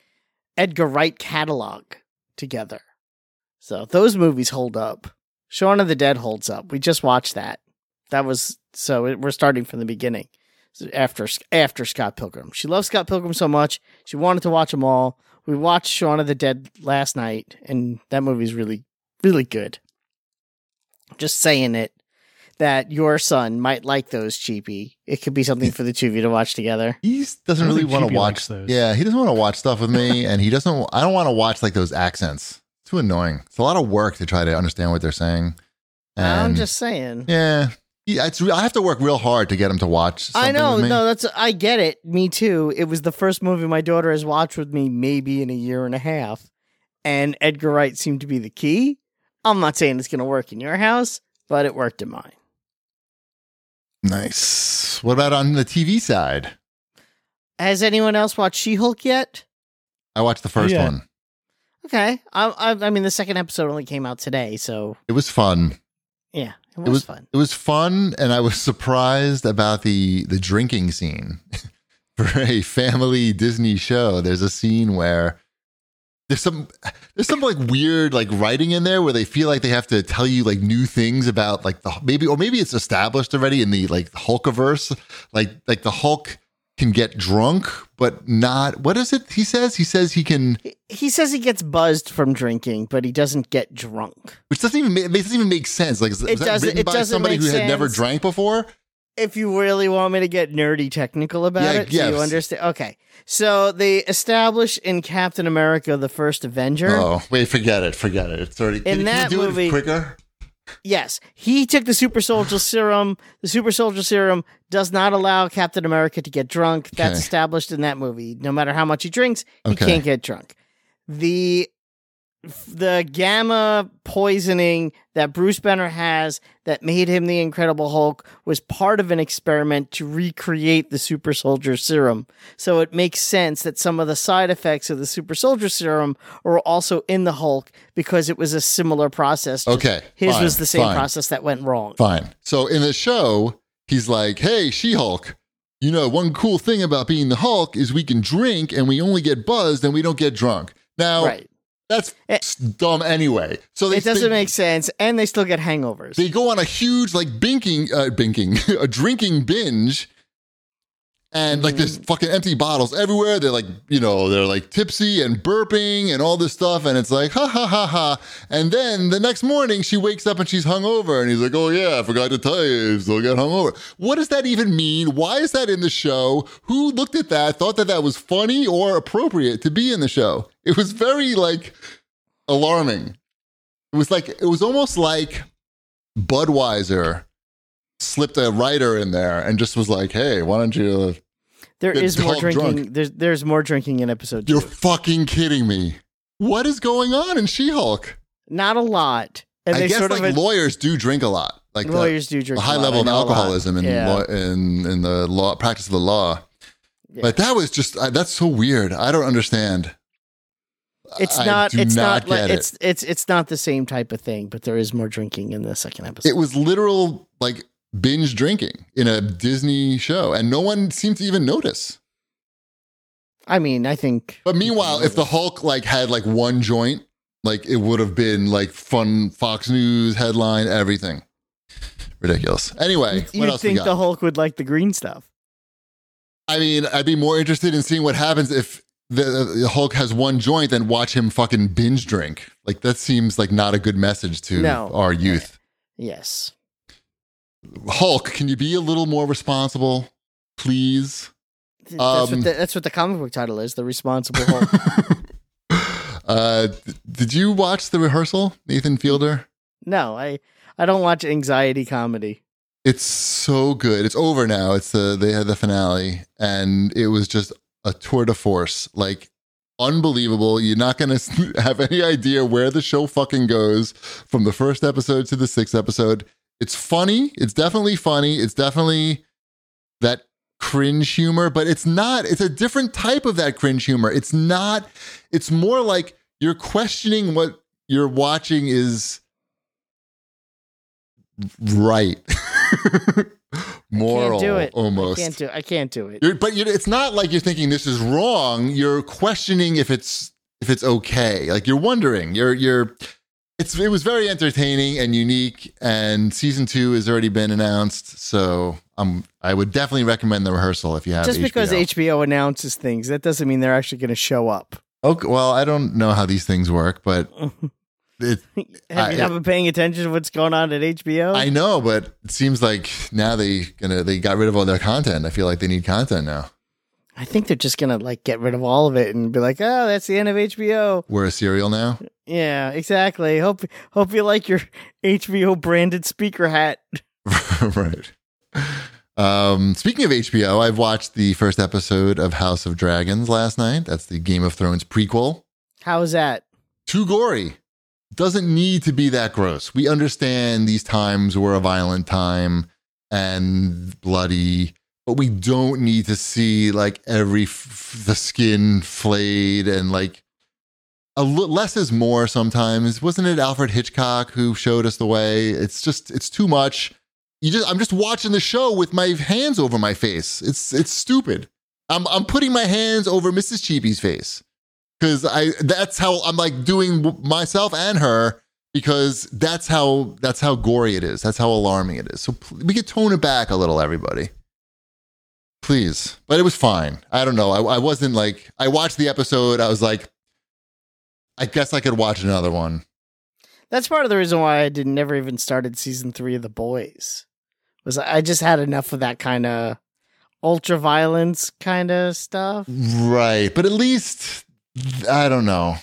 S2: Edgar Wright catalog together. So those movies hold up. Shaun of the Dead holds up. We just watched that. That was, so it, we're starting from the beginning after after Scott Pilgrim. She loves Scott Pilgrim so much she wanted to watch them all. We watched Shaun of the Dead last night, and that movie's really really good. Just saying it that your son might like those cheapy. It could be something for the two of you to watch together.
S1: He doesn't
S3: I don't
S1: really
S3: think
S1: want to
S3: Chibi
S1: watch
S3: likes those.
S1: Yeah, he doesn't want to watch stuff with me, [LAUGHS] and he doesn't. I don't want to watch like those accents. It's too annoying. It's a lot of work to try to understand what they're saying.
S2: I'm
S1: And,
S2: just saying.
S1: yeah. Yeah, it's. re- I have to work real hard to get him to watch.
S2: I
S1: Something
S2: know.
S1: with me.
S2: No, that's I get it. Me too. It was the first movie my daughter has watched with me maybe in a year and a half. And Edgar Wright seemed to be the key. I'm not saying it's going to work in your house, but it worked in mine.
S1: Nice. What about on the TV side?
S2: Has anyone else watched She-Hulk yet?
S1: I watched the first
S3: Yeah.
S1: one.
S2: Okay. I I, I mean the second episode only came out today, so
S1: It was fun.
S2: yeah, it was,
S1: was-
S2: fun.
S1: It was fun, and I was [LAUGHS] surprised about the the drinking scene [LAUGHS] for a family Disney show. There's a scene where there's some there's some like weird like writing in there where they feel like they have to tell you like new things about like the maybe or maybe it's established already in the like Hulkiverse like like the Hulk can get drunk but not what is it he says he says he can
S2: He, he says he gets buzzed from drinking, but he doesn't get drunk.
S1: which doesn't even make, doesn't even make sense like is, was that
S2: doesn't-
S1: written
S2: it
S1: by
S2: doesn't
S1: somebody
S2: make
S1: who had never
S2: sense.
S1: drank before
S2: If you really want me to get nerdy technical about
S1: Yeah,
S2: it, so you
S1: yes.
S2: understand. Okay. So they establish in Captain America the First Avenger.
S1: Oh, wait, forget it, forget it. It's already can, can
S2: that
S1: you do
S2: movie-
S1: it quicker.
S2: Yes, he took the
S1: [SIGHS]
S2: super soldier serum. The super soldier serum does not allow Captain America to get drunk. That's
S1: Okay.
S2: established in that movie. No matter how much he drinks, he
S1: Okay.
S2: can't get drunk. The the gamma poisoning that Bruce Banner has that made him the Incredible Hulk was part of an experiment to recreate the super soldier serum. So it makes sense that some of the side effects of the super soldier serum are also in the Hulk because it was a similar process. just
S1: Okay,
S2: his
S1: fine,
S2: was the same
S1: fine,
S2: process that went wrong.
S1: Fine. So in the show, he's like, "Hey, She-Hulk, you know, one cool thing about being the Hulk is we can drink and we only get buzzed and we don't get drunk." Now
S2: Right.
S1: that's
S2: It-
S1: s- dumb anyway. So they
S2: It doesn't
S1: they,
S2: make sense, and they still get hangovers.
S1: they go on a huge like binking, uh, binking, [LAUGHS] a drinking binge. And like there's fucking empty bottles everywhere. They're like, you know, they're like tipsy and burping and all this stuff. And it's like, ha ha ha ha. And then the next morning she wakes up and she's hungover. And he's like, oh yeah, I forgot to tell you, you still got hungover. What does that even mean? Why is that in the show? Who looked at that, thought that that was funny or appropriate to be in the show? It was very like alarming. It was like, it was almost like Budweiser slipped a writer in there and just was like, "Hey, why don't you?
S2: there
S1: they
S2: is more
S1: talk
S2: drinking.
S1: drunk.
S2: There's there's more drinking in
S1: [LAUGHS]
S2: episode
S1: You're
S2: two.
S1: fucking kidding me! What is going on in She-Hulk?
S2: Not a lot, and
S1: I
S2: they
S1: guess
S2: sort
S1: like
S2: of
S1: lawyers do drink a lot. like the,
S2: lawyers do drink
S1: the
S2: a
S1: high
S2: lot,
S1: level
S2: I
S1: of
S2: know a lot.
S1: alcoholism in,
S2: Yeah.
S1: law, in in the law practice of the law.
S2: Yeah.
S1: But that was just I, that's so weird. I don't understand.
S2: It's
S1: I
S2: not.
S1: do
S2: It's not.
S1: not
S2: like
S1: get it.
S2: It's it's it's not the same type of thing. But there is more drinking in the second episode.
S1: It was literal like binge drinking in a Disney show, and no one seemed to even notice.
S2: I mean, I think.
S1: But meanwhile, if the Hulk like had like one joint, like it would have been like fun Fox News headline, everything. Ridiculous. Anyway, what
S2: you
S1: else we
S2: think
S1: got?
S2: the Hulk would like the green stuff?
S1: I mean, I'd be more interested in seeing what happens if the, the Hulk has one joint than watch him fucking binge drink. Like that seems like not a good message to
S2: No.
S1: our youth.
S2: Yes.
S1: Hulk, can you be a little more responsible, please? [LAUGHS]
S2: Th- that's,
S1: Um,
S2: what the, that's what the comic book title is: the responsible Hulk.
S1: [LAUGHS] uh, th- did you watch the rehearsal, Nathan Fielder?
S2: no, I I don't watch anxiety comedy.
S1: It's so good. It's over now. It's the they had the finale, and it was just a tour de force, like unbelievable. You're not gonna [LAUGHS] have any idea where the show fucking goes from the first episode to the sixth episode. It's funny. It's definitely funny. It's definitely that cringe humor, but it's not. It's a different type of that cringe humor. It's not. It's more like you're questioning what you're watching is right. [LAUGHS] Moral,
S2: do it. I
S1: almost.
S2: Can't do. I can't do it.
S1: You're, but you it's not like you're thinking this is wrong. You're questioning if it's if it's okay. Like you're wondering. You're you're. It's it was very entertaining and unique. And season two has already been announced, so um, I would definitely recommend the rehearsal if you have.
S2: Just because
S1: HBO.
S2: HBO announces things, that doesn't mean they're actually going to show up. [LAUGHS]
S1: Okay, well, I don't know how these things work, but it,
S2: Have
S1: I-
S2: you not been paying attention to what's going on at HBO?
S1: I know. But it seems like now they gonna they got rid of all their content. I feel like they need content now.
S2: I think they're just gonna like get rid of all of it and be like, oh, that's the end of HBO.
S1: We're a serial now.
S2: Yeah, exactly. Hope hope you like your [LAUGHS] HBO branded speaker hat.
S1: [LAUGHS] right. Um, speaking of HBO, I've watched the first episode of House of Dragons last night. That's the Game of Thrones prequel.
S2: How's that?
S1: Too gory. Doesn't need to be that gross. We understand these times were a violent time and bloody, but we don't need to see like every f- the skin flayed and like a l- less is more sometimes. Wasn't it Alfred Hitchcock who showed us the way? It's just it's too much. You just I'm just watching the show with my hands over my face. It's it's stupid. I'm I'm putting my hands over Mrs. Cheapy's face because I that's how I'm like doing w- myself and her because that's how that's how gory it is. That's how alarming it is. So pl- we could tone it back a little, everybody. Please, but it was fine. I don't know. I, I wasn't like I watched the episode. I was like, I guess I could watch another one.
S2: That's part of the reason why I didn't never even started season three of The Boys. Was I just had enough of that kind of ultra violence kind
S1: [LAUGHS]
S2: of stuff?
S1: Right, but at least I don't know.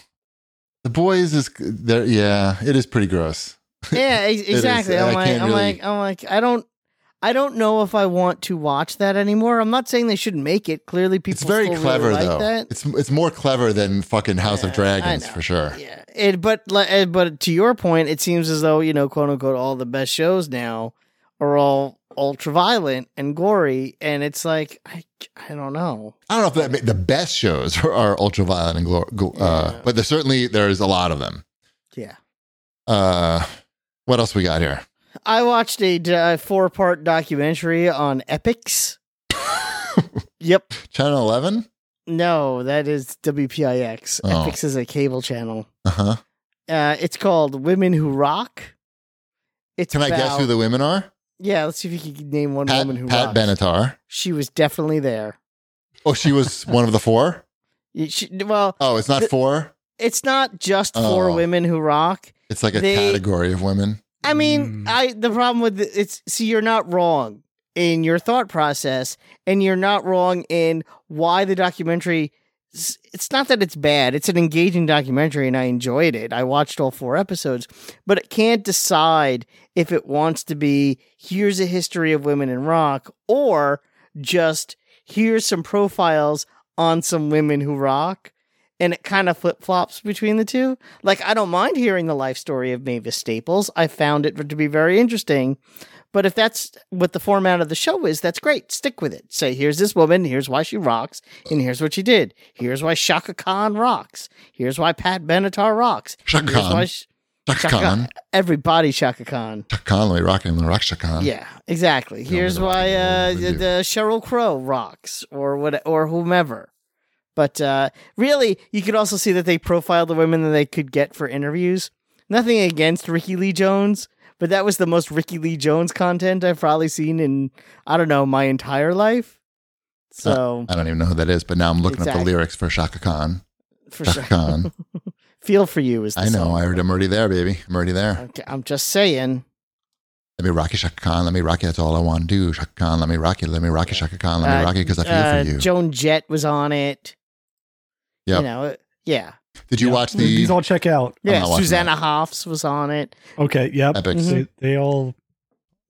S1: The boys is there. Yeah, it is pretty gross.
S2: Yeah, ex-
S1: is.
S2: exactly.
S1: I
S2: I'm like,
S1: can't
S2: I'm
S1: really-
S2: like, I'm like, I don't, I don't know if I want to watch that anymore. I'm not saying they shouldn't make it. Clearly, people
S1: it's very
S2: still really
S1: clever
S2: like
S1: though.
S2: that.
S1: It's it's more clever than fucking House
S2: Yeah, I
S1: of Dragons
S2: know.
S1: for sure.
S2: Yeah, it, but li- eh, but to your point, it seems as though you know, quote unquote, all the best shows now are all ultra violent and gory, and it's like I, I don't know.
S1: I don't know if that ma- the best shows [LAUGHS] are, are ultraviolet and glory, uh,
S2: Yeah.
S1: but there's certainly there's a lot of them.
S2: Yeah,
S1: Uh, what else we got here?
S2: I watched a uh, four part documentary on
S1: [LAUGHS]
S2: epics. yep,
S1: Channel Eleven.
S2: no, that is WPIX.
S1: Oh.
S2: Epics is a cable channel.
S1: Uh huh.
S2: Uh, it's called Women Who Rock. It's
S1: Can I guess
S2: about-
S1: who the women are?
S2: Yeah, let's see if you can name one
S1: Pat,
S2: woman who
S1: Pat
S2: rocks.
S1: Benatar.
S2: She was definitely there.
S1: Oh, she
S2: [LAUGHS]
S1: was one of the four.
S2: You- She, well,
S1: Oh, it's not
S2: The-
S1: four.
S2: it's not just for
S1: Oh.
S2: women who rock.
S1: It's like a
S2: they-
S1: category of women.
S2: I mean,
S3: Mm.
S2: I the problem with it- it's see, you're not wrong in your thought process, and you're not wrong in why the documentary. s- It's not that it's bad; it's an engaging documentary, and I enjoyed it. I watched all four episodes, but it can't decide if it wants to be here's a history of women in rock or just here's some profiles on some women who rock. and it kind of flip flops between the two. Like, I don't mind hearing the life story of Mavis Staples. I found it to be very interesting. But if that's what the format of the show is, that's great. Stick with it. Say, here's this woman, here's why she rocks, and here's what she did. Here's why Shaka Khan rocks. Here's why Pat Benatar rocks.
S1: Shaka
S2: Here's why
S1: Khan.
S2: sh-
S1: Shaka
S2: Shaka-
S1: Khan.
S2: everybody Shaka Khan.
S1: Shaka Khan. Let me rock him. Let me rock Shaka Khan.
S2: Yeah, exactly.
S1: me
S2: Here's
S1: the rock
S2: why
S1: and roll
S2: uh,
S1: with you.
S2: the, the Cheryl Crow rocks, or what, or whomever. But uh, really, you could also see that they profiled the women that they could get for interviews. Nothing against Ricky Lee Jones, but that was the most Ricky Lee Jones content I've probably seen in I don't know my entire life. So
S1: I don't even know who that is, but now I'm looking up the
S2: Exactly.
S1: lyrics for Shaka Khan.
S2: for
S1: Shaka [LAUGHS]
S2: sure,
S1: Khan.
S2: [LAUGHS] feel for you is the
S1: Uh, I know. I
S2: song.
S1: heard I'm already there, baby. I'm already there.
S2: Okay, I'm just saying.
S1: Let me rock you, Shaka Khan. Let me rock you. That's all I want to do. Shaka Khan. Let me rock you. Let me rock you, Shaka Khan. Let me
S2: Uh,
S1: rock you because I feel
S2: Uh,
S1: for you.
S2: Joan Jett was on it.
S1: Yep.
S2: You know, yeah.
S1: Did you
S3: Yeah.
S1: watch the
S3: These all check out.
S1: I'm
S2: Yeah,
S1: not watching
S2: Susanna Hoffs was on it.
S3: Okay. Yep.
S1: epics?
S2: Mhm.
S3: They, they all,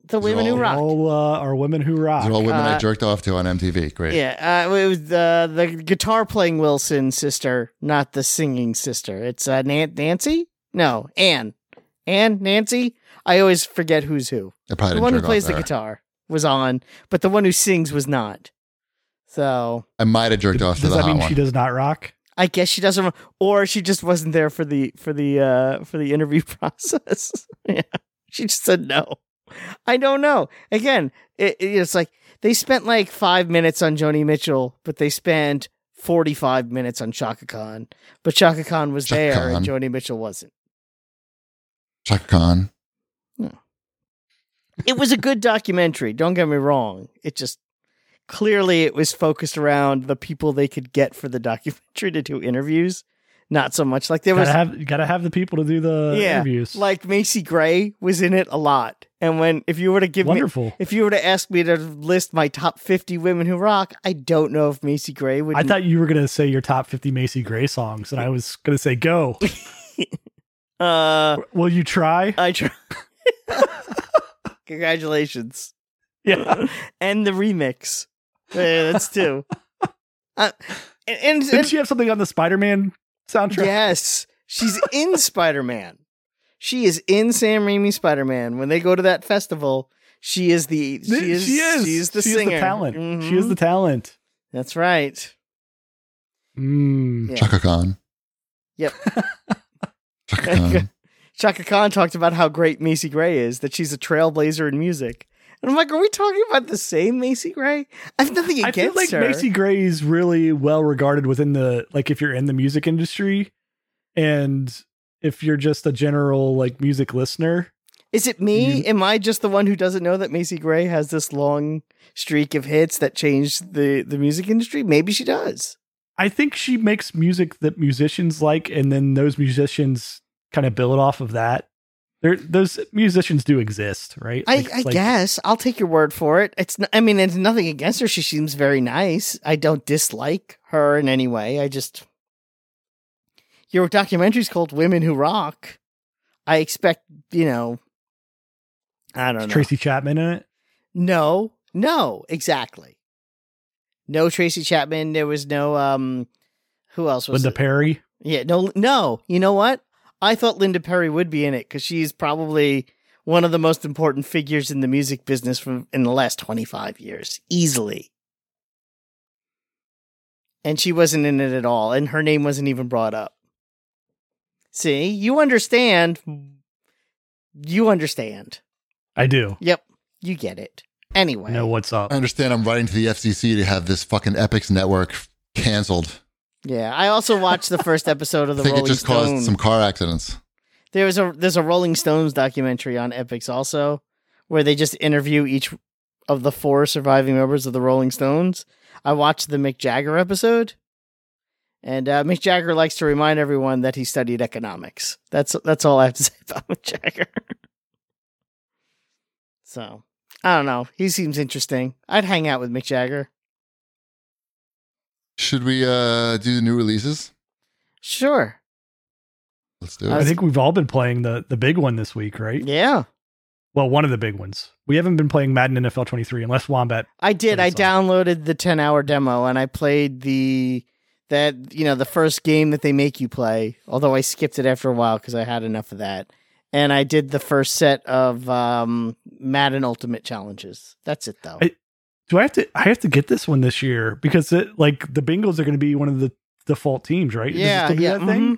S2: The
S1: These
S2: women
S1: are
S2: who
S1: all-
S3: they
S2: rock.
S3: all uh, are women who rock.
S1: These are all women I
S2: Uh,
S1: jerked off to on MTV. Great.
S2: Yeah, uh, it was uh, the guitar playing Wilson sister, not the singing sister. It's uh, Nan- Nancy. No, Anne. Anne, Nancy. I always forget who's who.
S1: I probably
S2: The
S1: didn't
S2: one who
S1: jerk off
S2: plays the
S1: there.
S2: guitar was on, but the one who sings was not. So
S1: I might have jerked off
S3: Does
S1: to the
S3: that
S1: hot
S3: mean she
S1: one.
S3: does not rock?
S2: I guess she doesn't, or she just wasn't there for the for the uh, for the interview [LAUGHS] process. [LAUGHS] yeah, she just said no. I don't know. Again, it, it- it's like they spent like five minutes on Joni Mitchell, but they spent forty five minutes on Shaka Khan. But Shaka Khan was
S1: Chaka
S2: there, and
S1: Khan.
S2: Joni Mitchell wasn't.
S1: Shaka Khan.
S2: It was a good documentary. Don't get me wrong. It just clearly it was focused around the people they could get for the documentary to do interviews. Not so much like there was
S3: gotta have you gotta have the people to do the
S2: Yeah,
S3: interviews.
S2: like Macy Gray was in it a lot. And when if you were to give me
S3: Wonderful.
S2: if you were to ask me to list my top 50 women who rock, I don't know if Macy Gray would
S3: I thought you were gonna say your top fifty Macy Gray songs, and I was gonna
S2: [LAUGHS]
S3: say go.
S2: uh
S3: Will
S2: [LAUGHS]
S3: you try?
S2: I try. Congratulations.
S3: Yeah.
S2: And the remix. Yeah, that's
S3: [LAUGHS]
S2: two. Uh, and, and-
S3: Didn't she have something on the Spider Man soundtrack?
S2: Yes. She's in Spider Man. She is in Sam Raimi's Spider Man. When they go to that festival, she is the she
S3: Th-
S2: is
S3: [LAUGHS] she is. Mm-hmm.
S2: she is the
S3: She is
S2: singer.
S3: talent. She is the
S2: Mhm.
S3: talent.
S2: That's right.
S3: Mm.
S2: Yeah.
S1: Shaka Khan.
S2: Yep.
S1: [LAUGHS] Shaka Khan.
S2: Chaka Khan talked about how great Macy Gray is, that she's a trailblazer in music. And I'm like, are we talking about the same Macy Gray? I have nothing
S3: I
S2: against
S3: feel like
S2: her.
S3: Macy Gray is really well regarded within the like if you're in the music industry, and if you're just a general like music listener.
S2: is it me?
S3: You-
S2: Am I just the one who doesn't know that Macy Gray has this long streak of hits that changed the, the music industry? Maybe she does.
S3: I think she makes music that musicians like, and then those musicians kind of build off of that. There, those musicians do exist, right?
S2: I,
S3: Like,
S2: I
S3: like,
S2: guess. I'll take your word for it. It's n- I mean, it's nothing against her. She seems very nice. I don't dislike her in any way. I just Your documentary's called Women Who Rock. I expect, you know, I
S3: is
S2: don't know.
S3: Tracy Chapman in it.
S2: No, no, exactly. No Tracy Chapman. There was no um who else was
S3: Linda
S2: it?
S3: Perry.
S2: Yeah, no, no. You know what? I thought Linda Perry would be in it because she's probably one of the most important figures in the music business from in the last twenty five years, easily. And she wasn't in it at all, and her name wasn't even brought up. See, you understand. You understand.
S3: I do
S2: Yep, you get it. Anyway,
S3: know what's up.
S1: I understand I'm writing to the FCC to have this fucking Epics network canceled.
S2: yeah. I also watched the first
S1: [LAUGHS]
S2: episode of
S1: I
S2: the
S1: think
S2: Rolling
S1: it just
S2: Stone.
S1: caused some car accidents.
S2: There was a there's a Rolling Stones documentary on Epics also, where they just interview each of the four surviving members of the Rolling Stones. I watched the Mick Jagger episode, and uh, Mick Jagger likes to remind everyone that he studied economics. That's that's all I have to [LAUGHS] say about Mick Jagger. so I don't know. He seems interesting. I'd hang out with Mick Jagger.
S1: Should we uh, do the new releases?
S2: Sure.
S1: Let's
S2: Uh,
S1: do it.
S3: I think we've all been playing the the big one this week, right?
S2: Yeah,
S3: Well, one of the big ones. We haven't been playing Madden NFL 23 unless Wombat.
S2: I did. I
S3: Pretty solid.
S2: downloaded the ten hour demo and I played the that you know the first game that they make you play. Although I skipped it after a while because I had enough of that, and I did the first set of um, Madden Ultimate challenges. That's it though.
S3: I- Do I have to? I have to get this one this year because it, like the Bengals are going to be one of the default teams, right? Does it
S2: Yeah,
S3: still do
S2: yeah, mm-hmm.
S3: that thing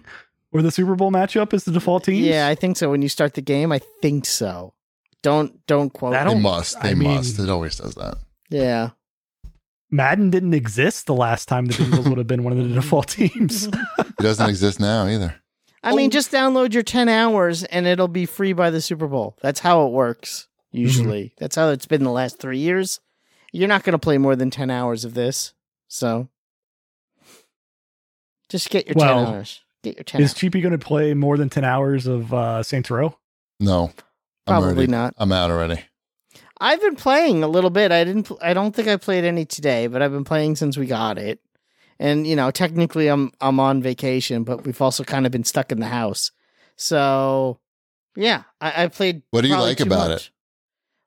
S3: where the Super Bowl matchup is the default team.
S2: yeah, I think so. When you start the game, I think so. Don't don't quote.
S3: I
S1: They
S3: don't-
S1: must. They
S3: I mean-
S1: must. It always does that.
S2: me. Yeah.
S3: Madden didn't exist the last time the Bengals would have been one of
S2: [LAUGHS]
S3: the default teams.
S1: It doesn't exist now either.
S2: I
S1: Oh.
S2: mean, just download your 10 hours and it'll be free by the Super Bowl. That's how it works,
S1: Mm-hmm.
S2: usually. That's how it's been the last three years. You're not going to play more than 10 hours of this. So just get your
S3: Well,
S2: 10 hours. Get your 10
S3: is
S2: hours.
S3: Cheapy going to play more than ten hours of uh, Saints Row?
S1: No, I'm
S2: Probably
S1: already-
S2: not.
S1: I'm out
S3: [LAUGHS]
S1: already.
S2: I've been playing a little bit. I didn't. pl- I don't think I played any today, but I've been playing since we got it. And you know, technically, I'm I'm on vacation, but we've also kind of been stuck in the house. So, yeah, I, I played.
S1: What do you
S2: probably
S1: like
S2: too
S1: about
S2: much.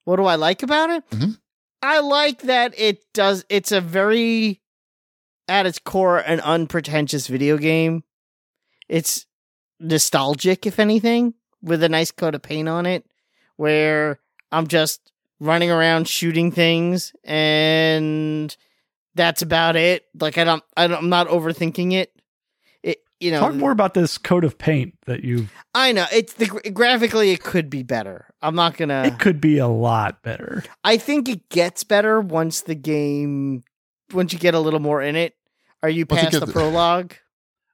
S2: What do I like about it?
S1: Mhm.
S2: I like that it does. It's a very, at its core, an unpretentious video game. It's nostalgic, if anything, with a nice coat of paint on it, where I'm just running around shooting things and that's about it like i don't, I don't i'm not overthinking it it you know
S3: Talk more about this coat of paint that you've.
S2: i know it's the gra- graphically it could be better i'm not gonna
S3: it could be a lot better.
S2: I think it gets better once the game, once you get a little more in it. Are you
S1: Once it
S2: past the
S1: gets-
S2: prologue?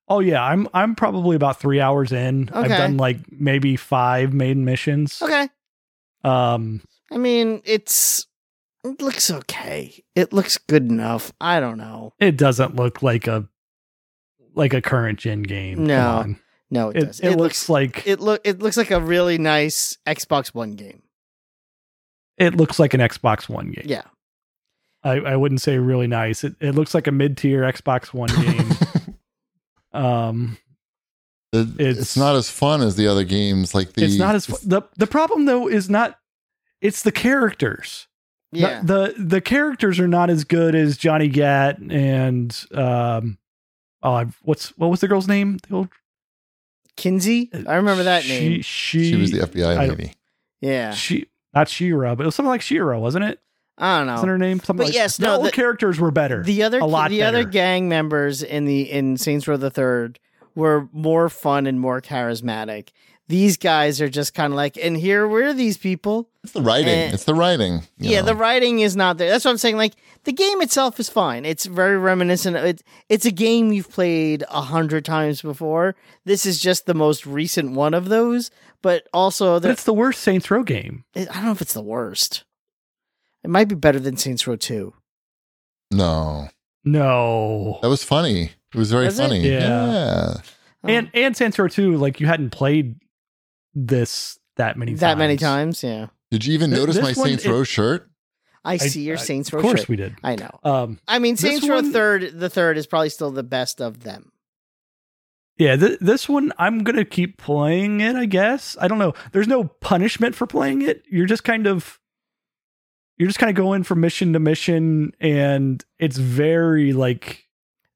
S3: Oh yeah, I'm I'm probably about three hours in. I've
S2: Okay.
S3: done like maybe five main missions.
S2: Okay.
S3: Um,
S2: I mean, it's it looks okay. It looks good enough. I don't know.
S3: it doesn't look like a like a current gen game. Come
S2: No,
S3: on.
S2: No, it,
S3: it,
S2: does.
S3: it looks, like it,
S2: it look it looks like a really nice Xbox One game.
S3: looks like an Xbox One game.
S2: Yeah.
S3: I, I wouldn't say really nice. It it looks like a mid tier
S2: [LAUGHS]
S3: Xbox One game. um,
S1: It- it's,
S3: It's-
S1: not as fun as the other games. Like the
S3: it's not as fu- the the problem though is not it's the characters. No-
S2: Yeah.
S3: the the characters are not as good as Johnny Gat and um oh I, what's what was the girl's name? The old,
S2: Kinsey? I remember that
S3: she,
S2: name.
S3: She
S1: she was the FBI
S3: I don't-
S1: lady.
S2: Yeah.
S3: she not Shira, but it was something like Shira, wasn't it?
S2: I don't
S3: Wasn't
S2: know.
S3: her name something?
S2: But
S3: like,
S2: yes,
S3: the
S2: no,
S3: old
S2: the-
S3: characters were better.
S2: The other
S3: A lot
S2: the other
S3: better.
S2: gang members in the in Saints Row the Third were more fun and more charismatic. These guys are just kind of like, and here we're these people.
S1: It's the writing.
S2: Eh.
S1: it's the writing. you
S2: yeah,
S1: know.
S2: the writing is not there. That's what I'm saying. Like the game itself is fine. It's very reminiscent. Of, it's it's a game you've played a hundred times before. This is just the most recent one of those. But also,
S3: but
S2: the,
S3: it's the worst Saints Row game.
S2: I don't know if it's the worst. It might be better than Saints Row Two.
S1: no,
S3: No.
S1: that was funny. It was very
S2: Was it?
S1: funny.
S3: Yeah.
S1: yeah.
S2: Um,
S3: and and Saints Row 2, like you hadn't played this that many
S2: that many times, yeah.
S1: Did you even
S3: Th-
S1: notice
S3: this
S1: my
S3: one,
S1: Saints
S3: it-
S1: Row shirt?
S2: I,
S3: I-
S2: see your
S3: I-
S2: Saints Row.
S3: Of course
S2: shirt.
S3: we did.
S2: I know.
S3: Um
S2: I mean,
S3: This
S2: Saints Row
S3: one-
S2: Third, the third is probably still the best of them.
S3: yeah, th- this one I'm going to keep playing it, I guess. I don't know. There's no punishment for playing it. You're just kind of you're just kind of going from mission to mission and it's very like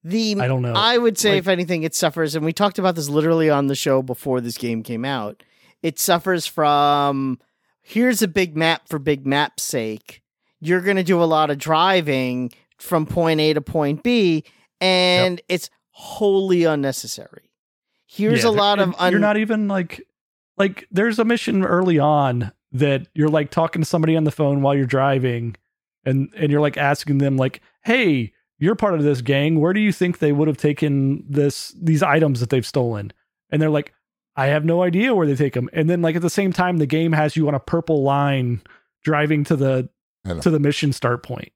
S2: The
S3: I don't know.
S2: I would say,
S3: Like-
S2: if anything, it suffers, and we talked about this literally on the show before this game came out. It suffers from here's a big map for big map's sake. You're going to do a lot of driving from point A to point B, and it's wholly unnecessary. Here's
S3: Yeah,
S2: a lot
S3: and
S2: of un-
S3: you're not even like like there's a mission early on that you're like talking to somebody on the phone while you're driving and and you're like asking them like hey you're part of this gang where do you think they would have taken this these items that they've stolen and they're like i have no idea where they take them and then like at the same time the game has you on a purple line driving to the
S1: I know.
S3: to the mission start point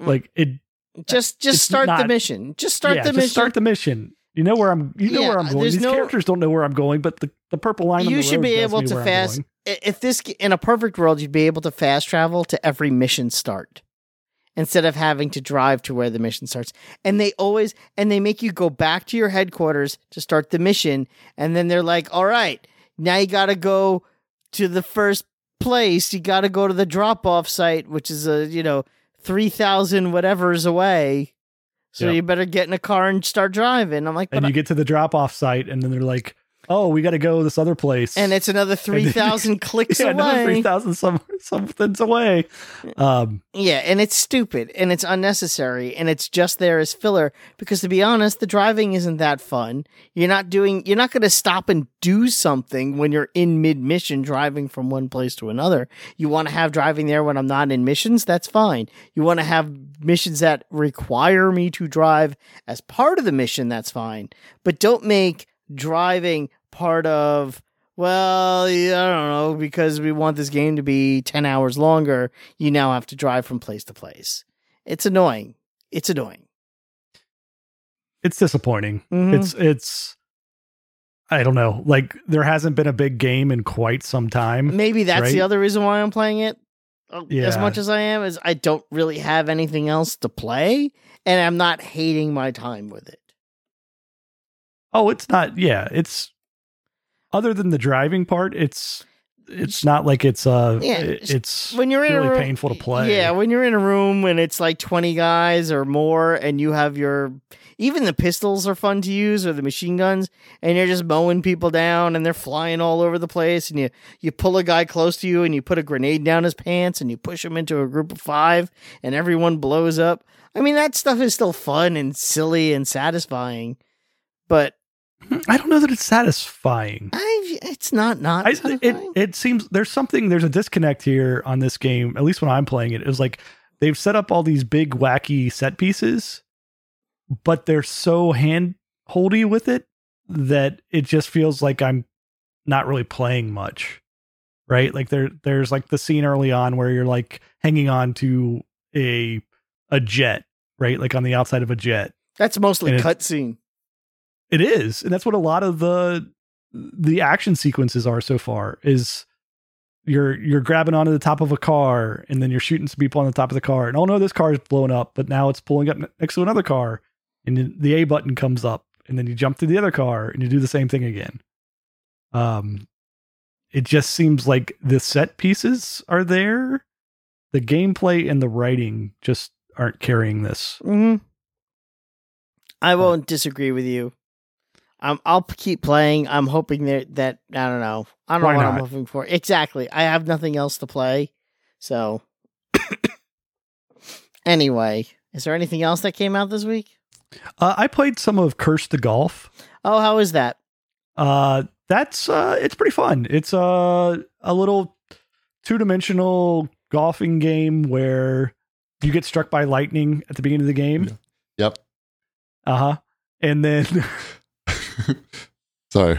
S2: Mm.
S3: like it
S2: just just
S3: it's
S2: start the
S3: not-
S2: mission. Just start
S3: yeah,
S2: the
S3: just
S2: mission.
S3: Start the mission. You know where I'm. You know
S2: Yeah,
S3: where I'm going.
S2: there's
S3: These
S2: no-
S3: characters don't know where I'm going, but the, the purple line. on
S2: You
S3: the
S2: should
S3: road
S2: be
S3: tells
S2: able
S3: me
S2: to
S3: where I'm
S2: fast-
S3: going.
S2: i- if this g- in a perfect world you'd be able to fast travel to every mission start instead of having to drive to where the mission starts and they always and they make you go back to your headquarters to start the mission and then they're like all right now you got to go to the first place you got to go to the drop off site which is a you know 3000 whatever's away So
S3: Yep.
S2: you better get in a car and start driving. I'm like, but
S3: and you get to the drop off site, and then they're like, "Oh, we got to go this other place," [LAUGHS]
S2: and it's another three thousand clicks
S3: yeah, another three
S2: away.
S3: thousand some something's away. Um,
S2: Yeah, and it's stupid and it's unnecessary and it's just there as filler because to be honest, the driving isn't that fun. You're not doing you're not going to stop and do something when you're in mid-mission driving from one place to another. You want to have driving there when I'm not in missions, that's fine. You want to have missions that require me to drive as part of the mission, that's fine. But don't make driving part of well, yeah, I don't know because we want this game to be 10 hours longer you now have to drive from place to place. It's annoying. It's annoying.
S3: it's disappointing.
S2: Mhm.
S3: It's it's I don't know. Like there hasn't been a big game in quite some time.
S2: Maybe that's the
S3: right?
S2: other reason why I'm playing it uh, as
S3: Yeah.
S2: much as I am is I don't really have anything else to play and I'm not hating my time with it.
S3: Oh, it's not. Yeah, it's other than the driving part, it's it's not like it's uh
S2: Yeah,
S3: it- it's
S2: When you're in a
S3: really
S2: room,
S3: painful to play.
S2: Yeah, when you're in a room and it's like 20 guys or more and you have your even the pistols are fun to use or the machine guns and you're just mowing people down and they're flying all over the place and you you pull a guy close to you and you put a grenade down his pants and you push him into a group of 5 and everyone blows up. I mean, that stuff is still fun and silly and satisfying. But
S3: I don't know that it's satisfying.
S2: I it's not not
S3: I, it
S2: satisfying.
S3: it seems there's something there's a disconnect here on this game. At least when I'm playing it, it was like they've set up all these big wacky set pieces, but they're so hand holdy with it that it just feels like I'm not really playing much, right? Like there there's like the scene early on where you're like hanging on to a a jet, right? Like on the outside of a jet,
S2: That's mostly
S3: and it-
S2: cutscene.
S3: it is, and that's what a lot of the the action sequences are so far. Is you're you're grabbing onto the top of a car, and then you're shooting some people on the top of the car, and oh no, this car is blown up, but now it's pulling up ne- next to another car, and then the A button comes up, and then you jump to the other car, and you do the same thing again. Um, it just seems like the set pieces are there, the gameplay and the writing just aren't carrying this.
S2: hmm I won't disagree with you. Um, I'll p- keep playing. I'm hoping that that I don't know. I don't
S3: Why
S2: know what I'm
S3: not?
S2: hoping for. Exactly. I have nothing else to play. So [COUGHS] anyway, is there anything else that came out this week?
S3: Uh, I played some of Curse the Golf.
S2: Oh, how is that?
S3: uh that's uh it's pretty fun it's uh a little two-dimensional golfing game where you get struck by lightning at the beginning of the game
S1: Yep. [LAUGHS]
S3: uh-huh and then [LAUGHS]
S1: Sorry.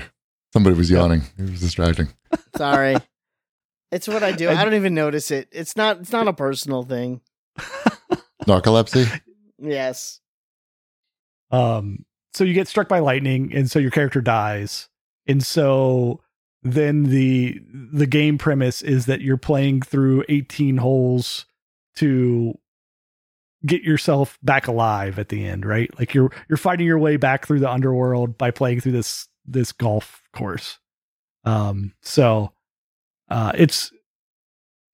S1: Somebody was yawning. It was distracting.
S2: [LAUGHS] Sorry. it's what I do.
S3: I-
S2: I don't even notice it. It's not it's not a personal thing.
S3: [LAUGHS]
S1: Narcolepsy?
S2: Yes.
S3: um so you get struck by lightning and so your character dies and so then the the game premise is that you're playing through 18 holes to get yourself back alive at the end right like you're you're fighting your way back through the underworld by playing through this this golf course um so uh it's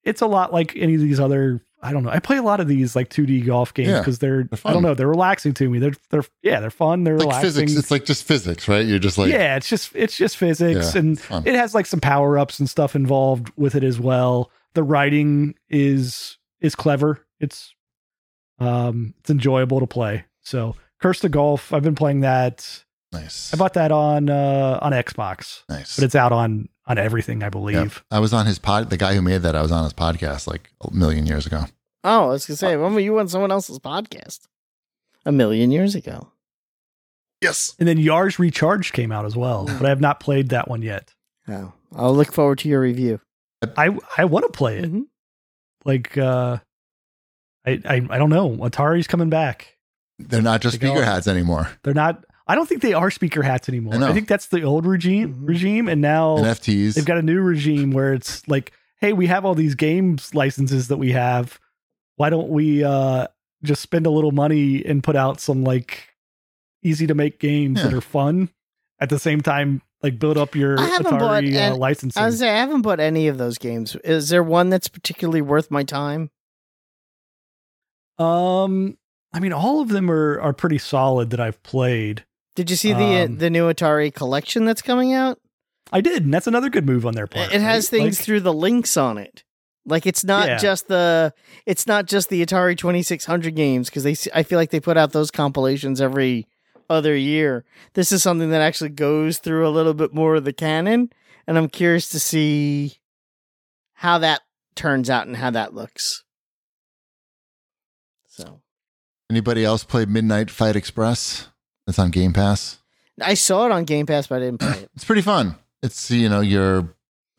S3: it's a lot like any of these other i don't know i play a lot of these like 2d golf games
S1: Yeah,
S3: because they're,
S1: they're
S3: i
S1: fun.
S3: don't know they're relaxing to me they're they're yeah they're fun they're
S1: It's like
S3: relaxing
S1: physics. It's like just physics, right? You're just like,
S3: yeah it's just it's just physics
S1: Yeah.
S3: and
S1: it's fun.
S3: it has like some power ups and stuff involved with it as well. The writing is is clever. It's um it's enjoyable to play. So Curse the Golf, I've been playing that.
S1: nice.
S3: I bought that on uh on Xbox,
S1: nice.
S3: but it's out on on everything, I believe.
S1: Yeah. I was on his pod. The guy who made that, I was on his podcast like a million years ago.
S2: Oh, I was gonna say, when were you on someone else's podcast? A million years ago.
S1: Yes.
S3: And then Yars Recharged came out as well, but I have not played that one yet.
S2: Oh. I'll look forward to your review.
S3: I I want to play it.
S2: Mhm.
S3: Like uh I, I I don't know. Atari's coming back.
S1: They're not just
S3: They go-
S1: speaker hats anymore.
S3: They're not. I don't think they are speaker hats anymore.
S1: I know.
S3: I, think that's the old regime.
S2: Mm-hmm.
S3: Regime, and now
S1: NFTs.
S3: they've got a new regime where it's like, hey, we have all these games licenses that we have. Why don't we uh, just spend a little money and put out some like easy to make games that
S1: Yeah.
S3: are fun at the same time, like build up your
S2: I haven't bought
S3: Atari uh,
S2: an-
S3: licensing.
S2: I was gonna say, I haven't bought any of those games. Is there one that's particularly worth my time?
S3: um, I mean, all of them are are pretty solid that I've played.
S2: Did you see the uh,
S3: Um,
S2: the new Atari collection that's coming out?
S3: I did, and that's another good move on their part.
S2: it has
S3: right?
S2: things
S3: Like,
S2: through the links on it. Like it's not
S3: Yeah.
S2: just the it's not just the Atari 2600 games because they s- I feel like they put out those compilations every other year. This is something that actually goes through a little bit more of the canon and I'm curious to see how that turns out and how that looks. So
S1: Anybody else play Midnight Fight Express? That's on Game Pass.
S2: I saw it on Game Pass but I didn't
S3: [CLEARS THROAT]
S2: play it.
S1: It's pretty fun. It's you know your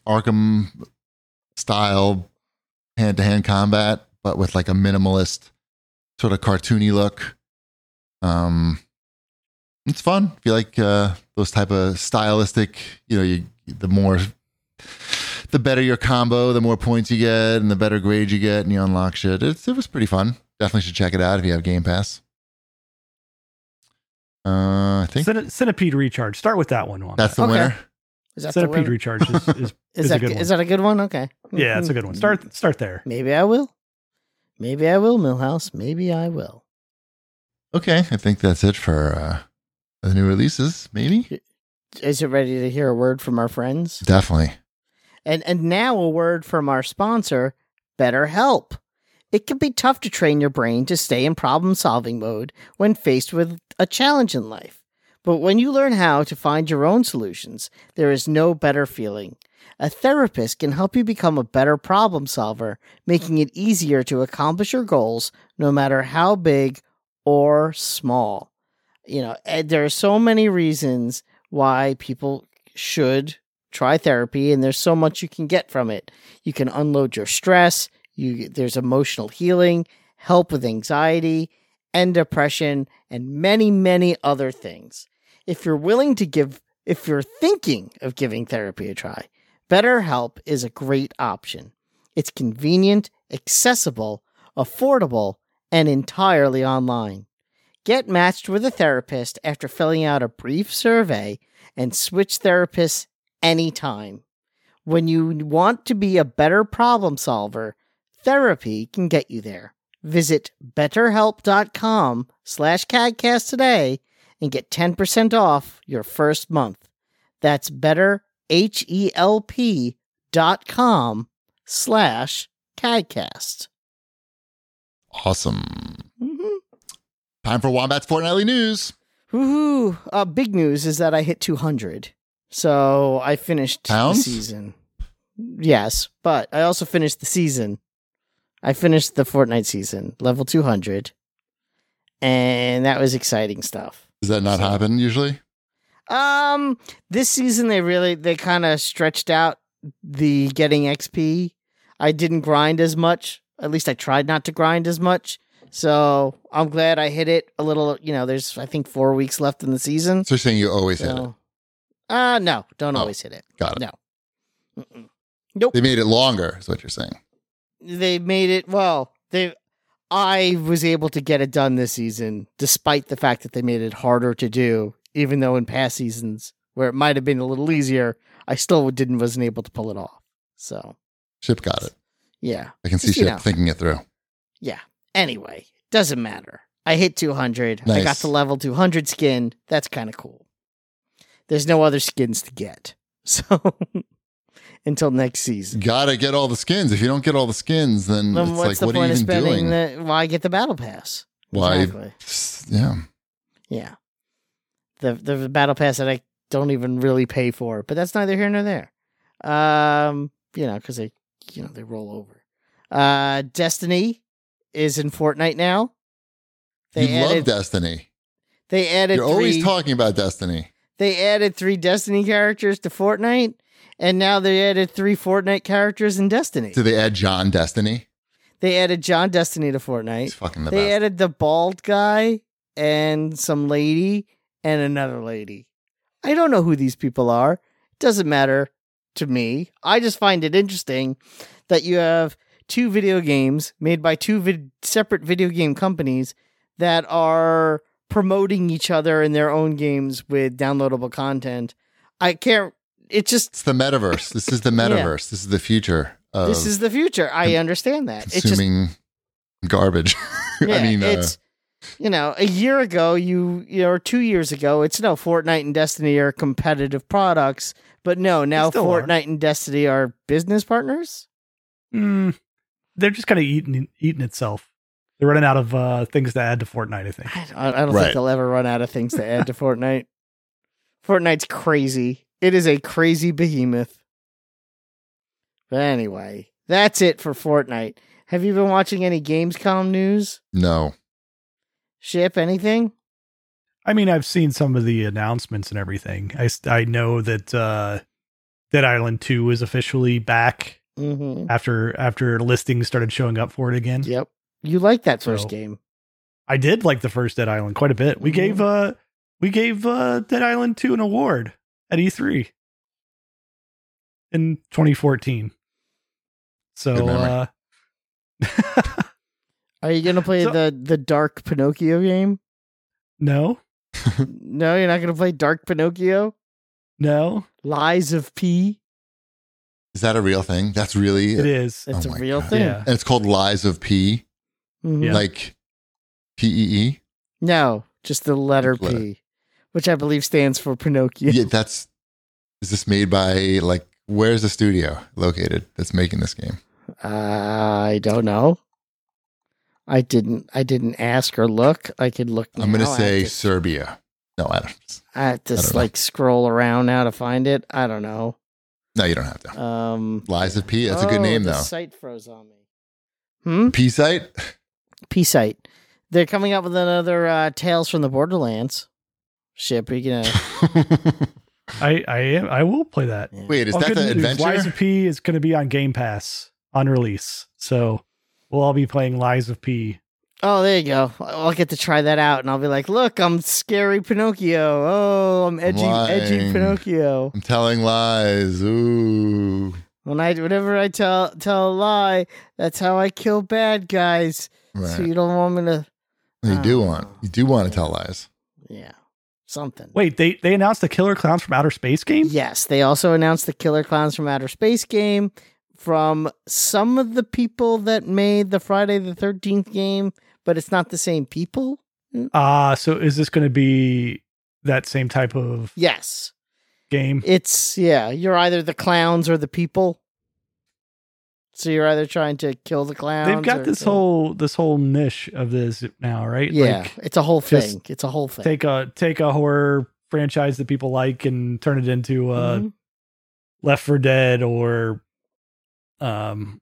S1: Arkham style hand to hand combat, but with like a minimalist sort of cartoony look. Um, it's fun if you like uh, those type of stylistic. You know, you the more the better your combo, the more points you get, and the better grade you get, and you unlock shit. It's, it was pretty fun. Definitely should check it out if you have Game Pass. Uh, I think
S3: Centi- Centipede Recharge. Start with that one. Juan.
S1: that's the
S2: Okay.
S1: winner.
S2: Is that the
S3: Centipede
S2: one?
S3: Recharge is, is
S2: [LAUGHS] Is
S3: is a
S2: that
S3: good
S2: is
S3: one.
S2: that a good one? Okay.
S3: yeah, it's a
S2: Mhm.
S3: good one. Start start there.
S2: Maybe I will. Maybe I will, Millhouse. Maybe I will.
S1: Okay, I think that's it for uh, the new releases. Maybe,
S2: Is it ready to hear a word from our friends?
S1: definitely.
S2: And and now a word from our sponsor, BetterHelp. It can be tough to train your brain to stay in problem solving mode when faced with a challenge in life. But when you learn how to find your own solutions, there is no better feeling. A therapist can help you become a better problem solver, making it easier to accomplish your goals no matter how big or small. You know, and there are so many reasons why people should try therapy and there's so much you can get from it. You can unload your stress, you there's emotional healing, help with anxiety and depression and many many other things. If you're willing to give if you're thinking of giving therapy a try, BetterHelp is a great option. It's convenient, accessible, affordable, and entirely online. Get matched with a therapist after filling out a brief survey and switch therapists anytime. When you want to be a better problem solver, therapy can get you there. Visit betterhelp.com slash cadcast today and get 10% off your first month. That's betterhelp.com slash cadcast.
S1: Awesome.
S2: Mm-hmm.
S1: Time for Wombat's Fortnightly News.
S2: Woohoo! Uh, big news is that I hit 200. So I finished
S1: Pounds?
S2: the season. Yes, but I also finished the season. I finished the Fortnite season, level 200. And that was exciting stuff.
S1: Does that not
S2: So-
S1: happen usually?
S2: Um, this season they really they kind of stretched out the getting XP. I didn't grind as much. At least I tried not to grind as much. So I'm glad I hit it a little. You know, there's I think four weeks left in the season.
S1: So you're saying you always hit it?
S2: So, uh, no, don't
S1: Oh,
S2: always hit it.
S1: Got it.
S2: No. Mm-mm. Nope.
S1: They made it longer. Is what you're saying?
S2: They made it. Well, they. I was able to get it done this season, despite the fact that they made it harder to do. Even though in past seasons where it might have been a little easier, I still didn't wasn't able to pull it off. So
S1: Ship got it.
S2: yeah.
S1: I can see
S2: Just, you
S1: Ship
S2: know.
S1: thinking it through.
S2: Anyway, doesn't matter. I hit 200. I got
S1: Nice.
S2: the level 200 skin. That's kind of cool. There's no other skins to get. [LAUGHS] So until next season.
S1: Gotta get all the skins. If you don't get all the skins, then,
S2: Then
S1: Mm, it's
S2: what's
S1: like,
S2: the
S1: what are
S2: point
S1: you
S2: of
S1: even
S2: spending
S1: doing?
S2: the why get the battle pass?
S1: Why-
S2: Exactly.
S1: yeah.
S2: Yeah. The the battle pass that I don't even really pay for, but that's neither here nor there. Um, you know, because they you know they roll over. Uh Destiny is in Fortnite now. They
S1: you
S2: added
S1: love Destiny.
S2: they added
S1: You're always
S2: three-
S1: talking about Destiny.
S2: they added three Destiny characters to Fortnite, and now they added three Fortnite characters in Destiny.
S1: Did they add John Destiny?
S2: They added John Destiny to Fortnite.
S1: He's fucking the
S2: they
S1: best.
S2: added the bald guy and some lady and another lady. I don't know who these people are. Doesn't matter to me. I just find it interesting that you have two video games made by two vid- separate video game companies that are promoting each other in their own games with downloadable content. I can't. It just
S1: It's the metaverse. This
S2: [LAUGHS]
S1: is the metaverse. This is the future of
S2: this is the future. I
S1: Oh. con-
S2: understand that. It's just [LAUGHS]
S1: consuming garbage. [LAUGHS]
S2: Yeah,
S1: I mean, uh,
S2: it's you know, a year ago, you, you know, or two years ago, it's no Fortnite and Destiny are competitive products, but no, now
S3: still are.
S2: Fortnite and Destiny are business partners.
S3: Mm, they're just kind of eating eating itself. They're running out of uh, things to add to Fortnite. I think.
S2: I don't, I don't
S1: Right.
S2: think they'll ever run out of things to add to Fortnite. Fortnite's crazy. It is a crazy behemoth. But anyway, that's it for Fortnite. Have you been watching any Gamescom news?
S1: No.
S2: Ship anything?
S3: I mean, I've seen some of the announcements and everything. I s- I know that uh, Dead Island Two is officially back
S2: Mm-hmm.
S3: after after listings started showing up for it again.
S2: Yep. You like that first
S3: So-
S2: game?
S3: I did like the first Dead Island quite a bit. We
S1: Mm-hmm.
S2: Mhm.
S3: gave uh we gave uh Dead Island 2 an award at E3 in 2014.
S1: Good
S3: So
S1: memory.
S3: uh
S2: Are you gonna play
S3: So-
S2: the the Dark
S1: [LAUGHS]
S2: Pinocchio game?
S3: no,
S2: no, you're not gonna play Dark Pinocchio.
S3: no,
S2: Lies of P.
S1: Is that a real thing? That's really
S3: it is.
S2: It's
S1: Oh
S2: a
S1: my
S2: real
S1: God.
S2: thing.
S3: Yeah.
S1: And it's called Lies of P,
S2: Mhm.
S3: Yeah.
S1: like P E E.
S2: No, just the letter
S1: Letter.
S2: P, which I believe stands for Pinocchio.
S1: Yeah, that's. Is this made by like? Where's the studio located that's making this game?
S2: Uh, I don't know. I didn't. I didn't ask or look. I could look.
S1: I'm gonna
S2: now. I
S1: say
S2: have to-
S1: Serbia. No, I don't.
S2: I have to
S1: I don't know.
S2: like scroll around now to find it. I don't know.
S1: No, you don't have to.
S2: Um,
S1: Lies of P. That's a good
S2: oh,
S1: name
S2: the
S1: though.
S2: Site froze on me. Hmm.
S1: P
S2: [LAUGHS]
S1: site.
S2: P site. They're coming up with another uh, Tales from the Borderlands ship. Are you
S1: [LAUGHS]
S2: gonna?
S3: I I am I will play that.
S2: Yeah.
S1: Wait, is
S3: Oh,
S1: that
S3: good
S1: the
S3: news. Lies
S1: adventure?
S3: of P is going to be on Game Pass on release. So we'll all be playing Lies of P.
S2: Oh, there you go. I'll get to try that out, and I'll be like, "Look, I'm scary Pinocchio. Oh, I'm edgy, edgy
S1: Lying.
S2: Pinocchio."
S1: I'm telling lies. Ooh.
S2: When I, whenever I tell tell a lie, that's how I kill bad guys. So
S1: Right.
S2: you don't want me to,
S1: You do
S2: Oh.
S1: want. You do want to tell lies.
S2: yeah, something.
S3: Wait, they they announced the Killer Clowns from Outer Space game?
S2: Yes, they also announced the Killer Clowns from Outer Space game from some of the people that made the Friday the Thirteenth game, but it's not the same people.
S3: Ah, so is this going to be that same type of
S2: Yes,
S3: game?
S2: it's yeah. You're either the clowns or the people. So you're either trying to kill the clowns.
S3: They've
S2: or
S3: got this
S2: kill-
S3: whole this whole niche of this now, right?
S2: yeah.
S3: Like,
S2: it's a whole
S3: just
S2: thing. It's a whole thing.
S3: take a take a horror franchise that people like and turn it into uh
S2: Mhm.
S3: Left for Dead or um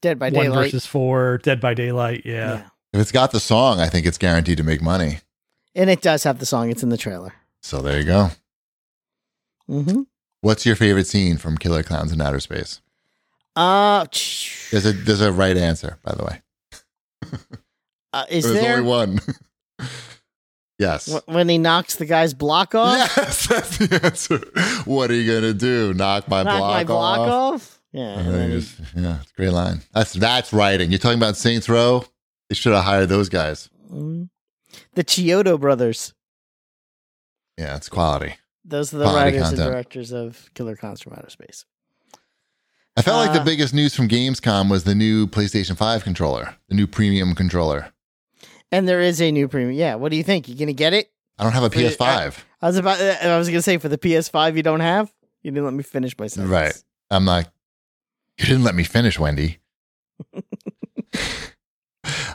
S2: Dead by
S3: One
S2: Daylight.
S3: versus Four, Dead by Daylight. Yeah.
S1: If it's got the song, I think it's guaranteed to make money.
S2: And it does have the song. It's in the trailer.
S1: So there you go.
S2: Mm-hmm.
S1: What's your favorite scene from Killer Clowns in Outer Space?
S2: Uh,
S1: There's a there's a right answer, by the way.
S2: uh, is
S1: there's
S2: there
S1: only one. [LAUGHS] yes.
S2: wh- when he knocks the guy's block off?
S1: Yes, that's the answer. What are you gonna do? Knock my
S2: [LAUGHS] knock
S1: block
S2: my block
S1: off?
S2: off. Yeah.
S1: And
S2: and then
S1: then
S2: he-
S1: you just- yeah, it's a great line. That's that's writing. You're talking about Saints Row. They should have hired those guys.
S2: Mhm. The Chiodo brothers.
S1: Yeah, it's quality.
S2: Those are the
S1: Quality
S2: writers and
S1: content.
S2: directors of Killer Clowns from Outer Space.
S1: I felt like
S2: Uh,
S1: the biggest news from Gamescom was the new PlayStation 5 controller, the new premium controller.
S2: And there is a new premium. Yeah. What do you think? You gonna get it?
S1: I don't have a
S2: For the-
S1: PS5.
S2: I was about. uh, I was gonna say for the PS5, you don't have. You didn't let me finish my sentence.
S1: Right. I'm like, you didn't let me finish, Wendy.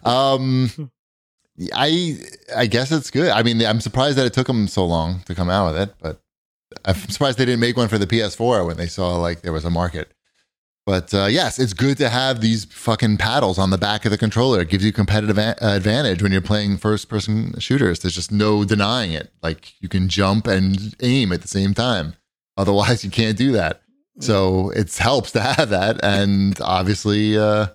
S1: um, I I guess it's good. I mean, I'm surprised that it took them so long to come out with it, but I'm surprised they didn't make one for the PS4 when they saw like there was a market. But uh, yes, it's good to have these fucking paddles on the back of the controller. It gives you competitive a- advantage when you're playing first-person shooters. There's just no denying it. Like you can jump and aim at the same time. Otherwise, [LAUGHS] you can't do that. So it helps to have that. And obviously, uh,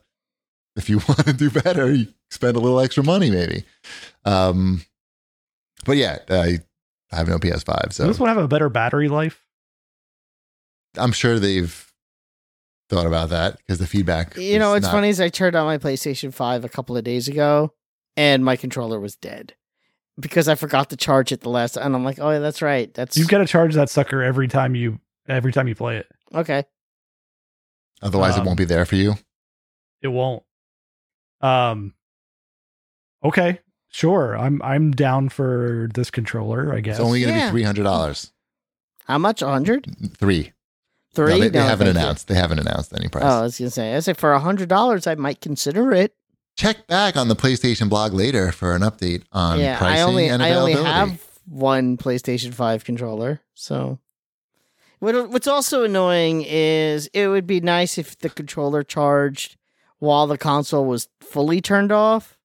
S1: if you [LAUGHS] want to do better, you spend a little extra money, maybe. Um, but yeah, I, I have no PS5,
S3: Does
S1: so
S3: this one have a better battery life?
S1: I'm sure they've thought about that because the feedback.
S2: You
S1: is
S2: know what's
S1: not-
S2: funny is I turned on my PlayStation 5 a couple of days ago and my controller was dead because I forgot to charge it the last and I'm like, "Oh, yeah, that's right. That's
S3: You've got to charge that sucker every time you every time you play it.
S2: Okay.
S1: Otherwise, it
S3: um,
S1: won't be there for you.
S3: It won't. Um. Okay. sure, I'm I'm down for this controller. I guess
S1: It's only going to
S2: Yeah.
S1: be three hundred dollars.
S2: How much? A hundred?
S1: Three.
S2: Three?
S1: No, they, they haven't
S2: thank you.
S1: announced. They haven't announced any price.
S2: Oh, I was gonna say. I said for a hundred dollars, I might consider it.
S1: Check back on the PlayStation blog later for an update on
S2: yeah,
S1: pricing
S2: I only
S1: and
S2: I only
S1: availability.
S2: have one PlayStation Five controller. So, what what's also annoying is it would be nice if the controller charged while the console was fully turned off,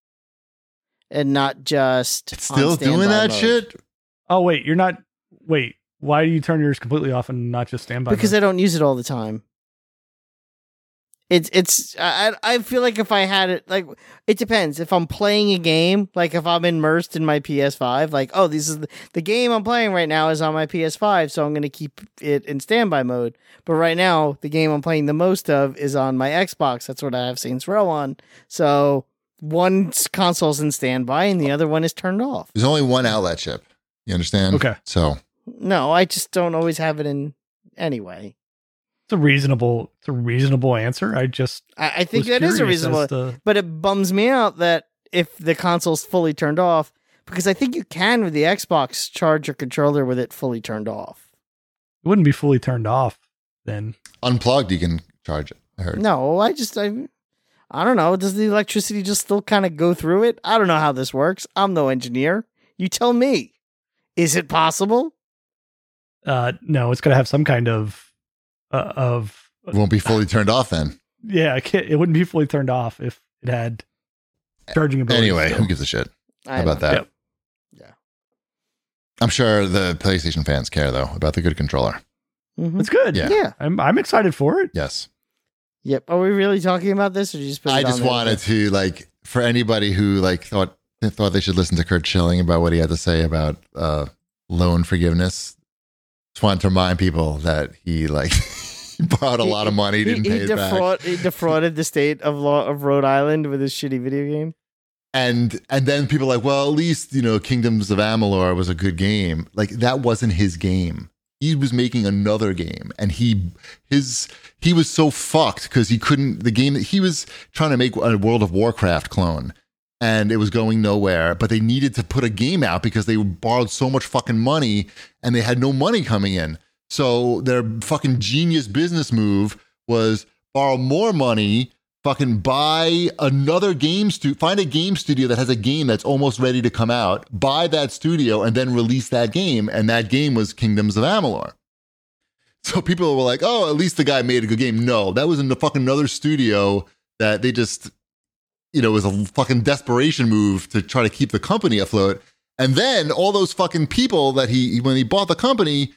S2: and not just
S1: It's
S2: on
S1: still doing
S2: standby
S1: that
S2: mode.
S1: shit.
S3: Oh wait, you're not. Wait, why do you turn yours completely off and not just standby?
S2: because
S3: mode?
S2: I don't use it all the time. It's it's I I I feel like if I had it like it depends if I'm playing a game like if I'm immersed in my PS5 like oh this is the, the game I'm playing right now is on my PS5 so I'm gonna keep it in standby mode but right now the game I'm playing the most of is on my Xbox that's what I have Saints Row on so one s- console's in standby and the other one is turned off
S1: There's only one outlet chip. You understand?
S3: Okay.
S1: So
S2: no I just don't always have it in anyway
S3: it's a reasonable, it's a reasonable answer. I just
S2: I, I think
S3: was
S2: that is a
S3: curious as
S2: reasonable
S3: to-
S2: but it bums me out that if the console's fully turned off, because I think you can with the Xbox charge your controller with it fully turned off.
S3: it wouldn't be fully turned off then.
S1: unplugged, you can charge it. I heard.
S2: No, I just I, I don't know. Does the electricity just still kind of go through it? I don't know how this works. I'm no engineer. You tell me. Is it possible?
S3: Uh, no, it's gonna have some kind of, uh, of
S1: It won't be fully turned off
S3: [LAUGHS]
S1: then.
S3: yeah. It, can't, it wouldn't be fully turned off if it had charging ability.
S1: Anyway,
S3: still.
S1: who gives a shit
S2: I
S1: about
S2: don't know.
S1: that?
S3: Yep.
S2: Yeah.
S1: I'm sure the PlayStation fans care though about the good controller.
S2: Mhm.
S3: it's good.
S1: Yeah.
S2: Yeah.
S3: I'm I'm excited for it.
S1: Yes.
S2: Yep. Are we really talking about this, or you just? Put
S1: I
S2: it on
S1: just
S2: there?
S1: wanted to like for anybody who like thought they thought they should listen to Kurt Schilling about what he had to say about uh loan forgiveness. Just wanted to remind people that he like [LAUGHS] borrowed a
S2: He-
S1: lot of money,
S2: He,
S1: didn't
S2: he,
S1: pay it back,
S2: defraud, he defrauded the state of law of Rhode Island with his shitty video game.
S1: and and then people like, well, at least you know, Kingdoms of Amalur was a good game. Like that wasn't his game. He was making another game, and he his he was so fucked because he couldn't the game that he was trying to make a World of Warcraft clone and it was going nowhere but they needed to put a game out because they borrowed so much fucking money and they had no money coming in so their fucking genius business move was borrow more money fucking buy another game studio find a game studio that has a game that's almost ready to come out buy that studio and then release that game and that game was Kingdoms of Amalur [LAUGHS] so people were like, "Oh, at least the guy made a good game." No, that was in the fucking another studio that they just, you know, was a fucking desperation move to try to keep the company afloat. And then all those fucking people that he when he bought the company,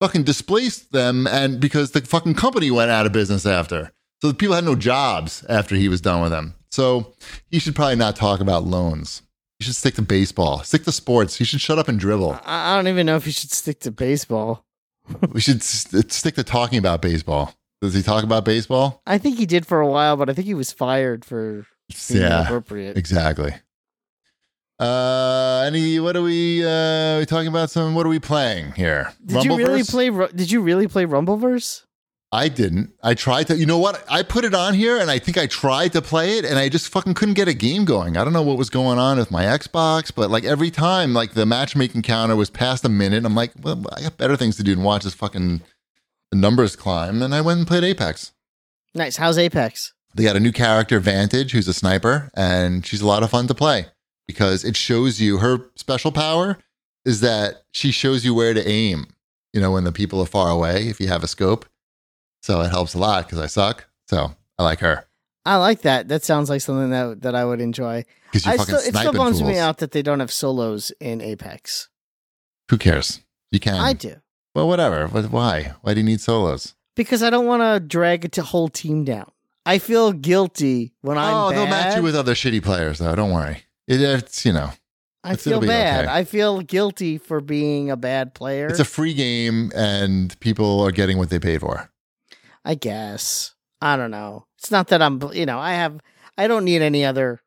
S1: fucking displaced them, and because the fucking company went out of business after, so the people had no jobs after he was done with them. So he should probably not talk about loans. He should stick to baseball, stick to sports. He should shut up and dribble.
S2: I, I don't even know if you should stick to baseball.
S1: We should st- stick to talking about baseball. Does he talk about baseball?
S2: I think he did for a while, but I think he was fired for being
S1: Yeah,
S2: inappropriate.
S1: exactly. Uh, any? What are we? Uh, are we talking about? Some? What are we playing here?
S2: Did you really
S1: Rumbleverse?
S2: play? Ru- Did you really play Rumbleverse?
S1: I didn't. I tried to. You know what? I put it on here, and I think I tried to play it, and I just fucking couldn't get a game going. I don't know what was going on with my Xbox, but like every time, like the matchmaking counter was past a minute. I'm like, well, I got better things to do than watch this fucking numbers climb. And I went and played Apex.
S2: Nice. How's Apex?
S1: They got a new character, Vantage, who's a sniper, and she's a lot of fun to play because it shows you her special power is that she shows you where to aim, you know, when the people are far away, if you have a scope. So it helps a lot because I suck. So I like her
S2: I like that. That sounds like something that that I would enjoy.
S1: because you
S2: I
S1: fucking
S2: still, it still
S1: sniping
S2: bums
S1: fools.
S2: me out that they don't have solos in Apex.
S1: Who cares? You can.
S2: I do
S1: well, whatever. But why? Why do you need solos?
S2: because I don't want to drag a whole team down. I feel guilty when I'm
S1: oh,
S2: bad.
S1: they'll match you with other shitty players, though. Don't worry. It, it's, you know,
S2: I
S1: It's-
S2: feel
S1: it'll be
S2: bad.
S1: okay.
S2: I feel guilty for being a bad player.
S1: it's a free game and people are getting what they paid for.
S2: I guess. I don't know. It's not that I'm, you know, I have, I don't need any other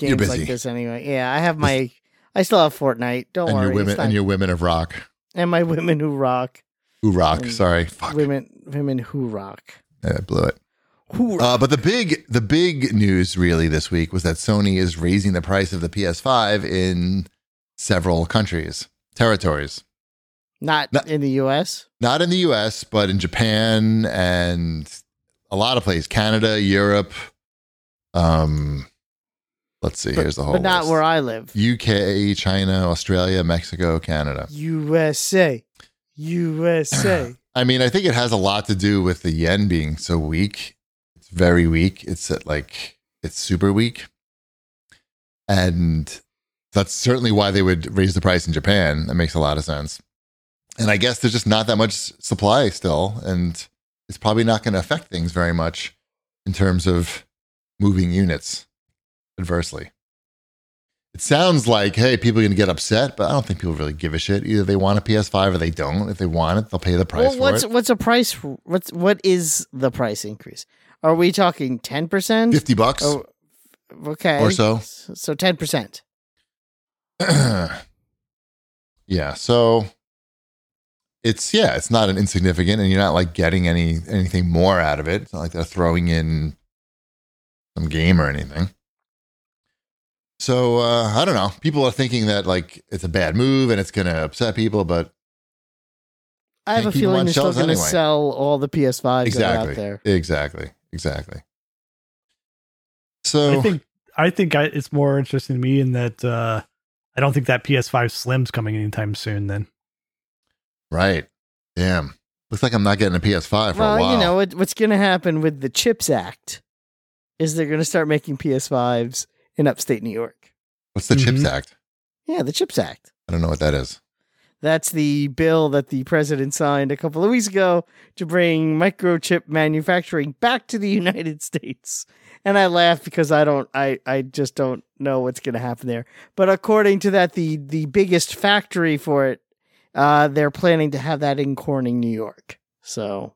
S1: You're
S2: games like
S1: busy.
S2: this anyway. Yeah, I have my, I still have Fortnite. Don't
S1: and
S2: worry.
S1: your women
S2: it's not-
S1: and your women of rock.
S2: and my women who rock,
S1: Who rock?
S2: And
S1: Sorry, fuck,
S2: women, women who rock.
S1: I blew it.
S2: Hoorah.
S1: Uh, but the big the big news really this week was that Sony is raising the price of the PS5 in several countries, territories.
S2: not
S1: no-
S2: in the U.S.
S1: Not in the US, but in Japan and a lot of places, Canada, Europe. Um let's see, here's the whole
S2: but not
S1: list.
S2: where I live.
S1: UK, China, Australia, Mexico, Canada.
S2: USA, USA.
S1: I mean, I think it has a lot to do with the yen being so weak. It's very weak. It's at like it's super weak, and that's certainly why they would raise the price in Japan. That makes a lot of sense. And I guess there's just not that much supply still, and it's probably not going to affect things very much in terms of moving units adversely. It sounds like, hey, people are going to get upset, but I don't think people really give a shit. Either they want a PS5 or they don't. If they want it, they'll pay the [CLEARS THROAT] price
S2: well,
S1: for
S2: what's
S1: it.
S2: what's a price? What's what is the price increase? Are we talking ten percent?
S1: 50 bucks.
S2: Oh, okay,
S1: Or so.
S2: So ten percent.
S1: [CLEARS THROAT] yeah, so it's yeah, it's not an insignificant and you're not like getting any anything more out of it. It's not like they're throwing in some game or anything. So uh I don't know. People are thinking that like it's a bad move and it's going to upset people, but
S2: I have
S1: Can't
S2: a
S1: keep 'em on
S2: feeling they're still
S1: shelves
S2: going to
S1: anyway.
S2: sell all the PS5s that are
S1: exactly.
S2: out there.
S1: Exactly. Exactly.
S3: I
S1: So
S3: think I think I, it's more interesting to me in that uh, I don't think that PS5 Slim's coming anytime soon. Then
S1: right. Damn. Looks like I'm not getting a PS5 for a
S2: Well,
S1: while.
S2: you know what, what's going to happen with the Chips Act is they're going to start making PS5s in upstate New York.
S1: What's the
S3: Mhm.
S2: Mm-hmm.
S1: Chips Act?
S2: Yeah, the Chips Act.
S1: I don't know what that is.
S2: That's the bill that the president signed a couple of weeks ago to bring microchip manufacturing back to the [LAUGHS] United States. And I laugh because I don't I, I just don't know what's gonna happen there. But according to that, the the biggest factory for it, uh, they're planning to have that in Corning, New York. So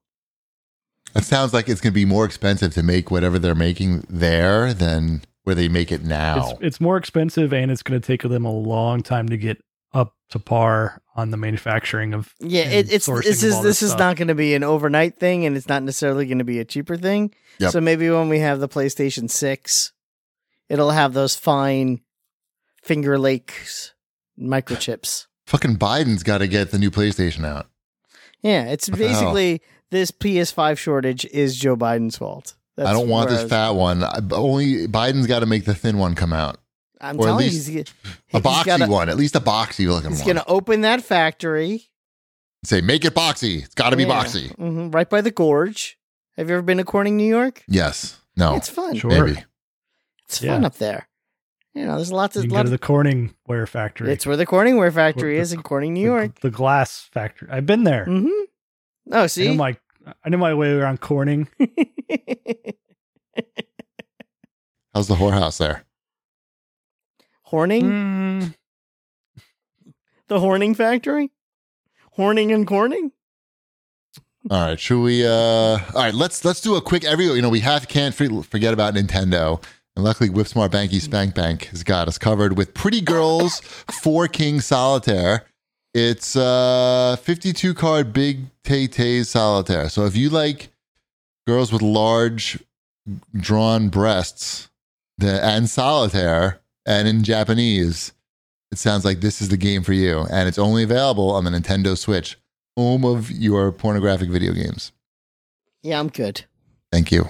S1: It sounds like it's going to be more expensive to make whatever they're making there than where they make it now.
S3: it's it's more expensive and it's going to take them a long time to get up to par on the manufacturing of
S2: yeah,
S3: And
S2: it, it's
S3: sourcing
S2: this
S3: of
S2: is
S3: all
S2: this
S3: this
S2: is
S3: stuff.
S2: not going to be an overnight thing, and it's not necessarily going to be a cheaper thing.
S1: Yep.
S2: So maybe when we have the PlayStation Six, it'll have those fine Finger Lakes microchips.
S1: Fucking Biden's got to get the new PlayStation out.
S2: Yeah, it's
S1: the hell?
S2: basically this PS5 shortage is Joe Biden's fault. That's
S1: I don't want
S2: where
S1: this
S2: was-
S1: fat one. I, only Biden's got to make the thin one come out.
S2: I'm
S1: or at
S2: telling you,
S1: least
S2: he's, he's
S1: A boxy
S2: gotta,
S1: one, at least a boxy looking
S2: He's
S1: one.
S2: going to open that factory.
S1: Say, make it boxy. It's got to be
S2: Yeah.
S1: boxy.
S2: Mhm, right by the gorge. Have you ever been to Corning, New York?
S1: Yes. No.
S2: It's fun.
S3: Sure.
S1: Maybe.
S2: It's
S3: Yeah.
S2: fun up there. You know, there's lots
S3: you
S2: of
S3: can go
S2: lot
S3: to
S2: of
S3: the Corning ware factory.
S2: It's where the Corningware factory
S3: the-
S2: is in Corning, New
S3: The-
S2: York.
S3: The, glass factory. I've been there.
S2: hmm Oh,
S3: I know
S2: see,
S3: my I know my way around Corning.
S1: How's the whorehouse there?
S2: [LAUGHS] Horning,
S3: Mm,
S2: the Horning factory, Horning and Corning.
S1: All right, should we? uh All right, let's let's do a quick every. You know, we have can't free, forget about Nintendo, and luckily, Whipsmart Banky Spank Bank has got us covered with Pretty Girls Four King Solitaire. It's uh fifty-two card Big Tay Tay Solitaire. So if you like girls with large drawn breasts the, and solitaire, and in Japanese, it sounds like this is the game for you, and it's only available on the Nintendo Switch home of your pornographic video games.
S2: Yeah, I'm good.
S1: Thank you.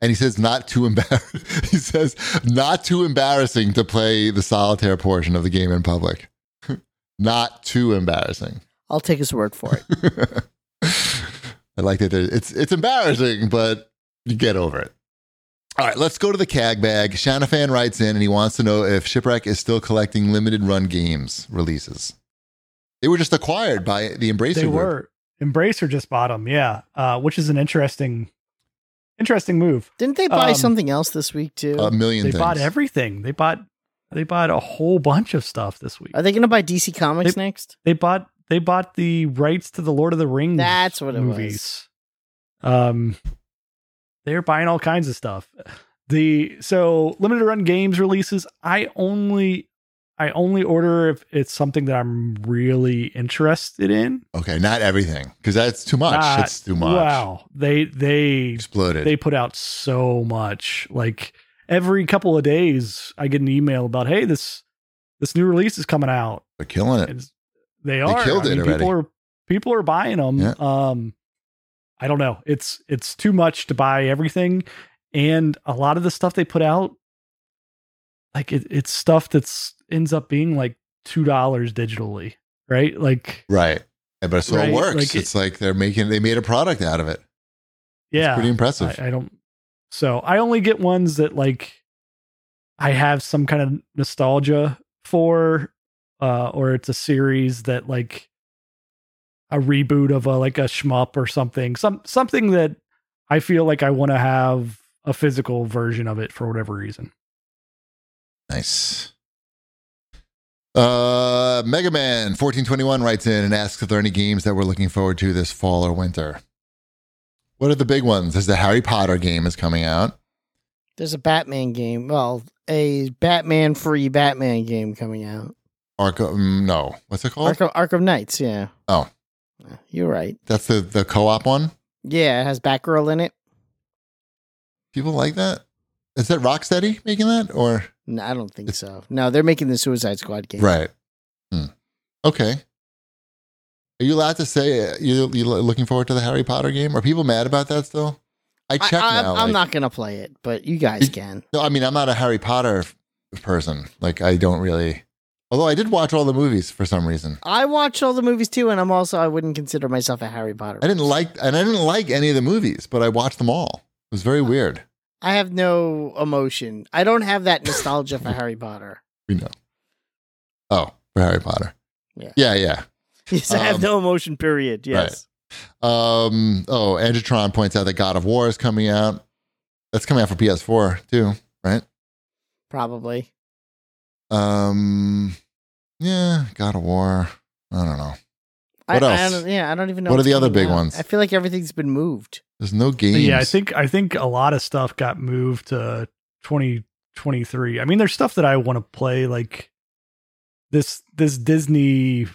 S1: And he says not too embarrassing. [LAUGHS] he says not too embarrassing to play the solitaire portion of the game in public. [LAUGHS] not too embarrassing. [LAUGHS]
S2: I'll take his word
S3: [LAUGHS]
S2: for it.
S1: I like that. there- It's it's embarrassing, but you get over it. All right, let's go to the CAG bag. Shanafan writes in and he wants to know if Shipwreck is still collecting limited run games releases. They were just acquired by the Embracer
S3: they
S1: group.
S3: were Embracer just bought them. Yeah, uh, which is an interesting interesting move.
S2: Didn't they buy
S3: Um,
S2: something else this week too?
S1: A million
S3: They
S1: things.
S3: bought everything. They bought they bought a whole bunch of stuff this week.
S2: Are they going to buy DC Comics next?
S3: They bought they bought the rights to the Lord of the Rings.
S2: That's what it
S3: movies. Um, they're buying all kinds of stuff. The so limited run games releases. I only I only order if it's something that I'm really interested in.
S1: Okay, not everything because that's too much.
S3: Not-
S1: it's too much.
S3: Wow, they they
S1: Exploded.
S3: they put out so much. Like every couple of days, I get an email about, "Hey, this this new release is coming out."
S1: They're killing it.
S3: And it's- they are.
S1: killed
S3: I
S1: it
S3: mean,
S1: already.
S3: People are people are buying them.
S1: Yeah.
S3: Um, I don't know. It's it's too much to buy everything, and a lot of the stuff they put out, like it, it's stuff that's ends up being like two dollars digitally, right? Like
S1: Right. Yeah, But so
S3: Right,
S1: it works.
S3: like it-
S1: it's like they're making they made a product out of it.
S3: yeah,
S1: It's pretty impressive.
S3: I, I don't. So I only get ones that like I have some kind of nostalgia for, uh, or it's a series that like a reboot of a like a shmup or something, some something that I feel like I want to have a physical version of it for whatever reason.
S1: Nice. Uh, Mega Man fourteen twenty one writes in and asks if there are any games that we're looking forward to this fall or winter. What are the big ones? There's the Harry Potter game is coming out.
S2: There's a Batman game. Well, a Batman free Batman game coming out.
S1: Arkham, mm, no, what's
S3: Oh.
S1: it called?
S2: Arkham, Arkham Knights, yeah.
S1: Oh.
S2: Yeah, You're right.
S1: That's the the co op one.
S2: Yeah, it has Batgirl in it.
S1: People like that. Is that Rocksteady making that or
S2: No, I don't think
S1: It's-
S2: so. No, they're making the Suicide Squad game.
S1: right? Hmm. Okay. Are you allowed to say uh, you you looking forward to the Harry Potter game? Are people mad about that still? I
S2: I,
S1: checked
S2: I,
S1: now.
S2: I'm
S1: like-
S2: not gonna play it, but you guys
S1: Did-
S2: can.
S1: No, I mean I'm not a Harry Potter f- person. Like I don't really. Although I did watch all the movies for some reason.
S2: I watch all the movies too, and I'm also I wouldn't consider myself a Harry Potter.
S1: I didn't like and I didn't like any of the movies, but I watched them all. It was very weird.
S2: I have no emotion. I don't have that nostalgia for Harry Potter. [LAUGHS]
S1: We know. Oh, for Harry Potter.
S2: Yeah.
S1: Yeah, yeah.
S2: Yes, I have
S1: Um,
S2: no emotion. Period. Yes.
S1: Um oh, Androtron points out that God of War is coming out. That's coming out for PS4 too.
S2: Probably.
S1: Um yeah, God of War. I don't know. What
S2: I, I
S1: else?
S2: don't, yeah, I don't even know.
S1: What are
S2: what's
S1: the other
S2: coming
S1: big
S2: out.
S1: ones?
S2: I feel like everything's been moved.
S1: There's no games.
S3: Yeah, I think I think a lot of stuff got moved to 2023. I mean, there's stuff that I want to play like this this Disney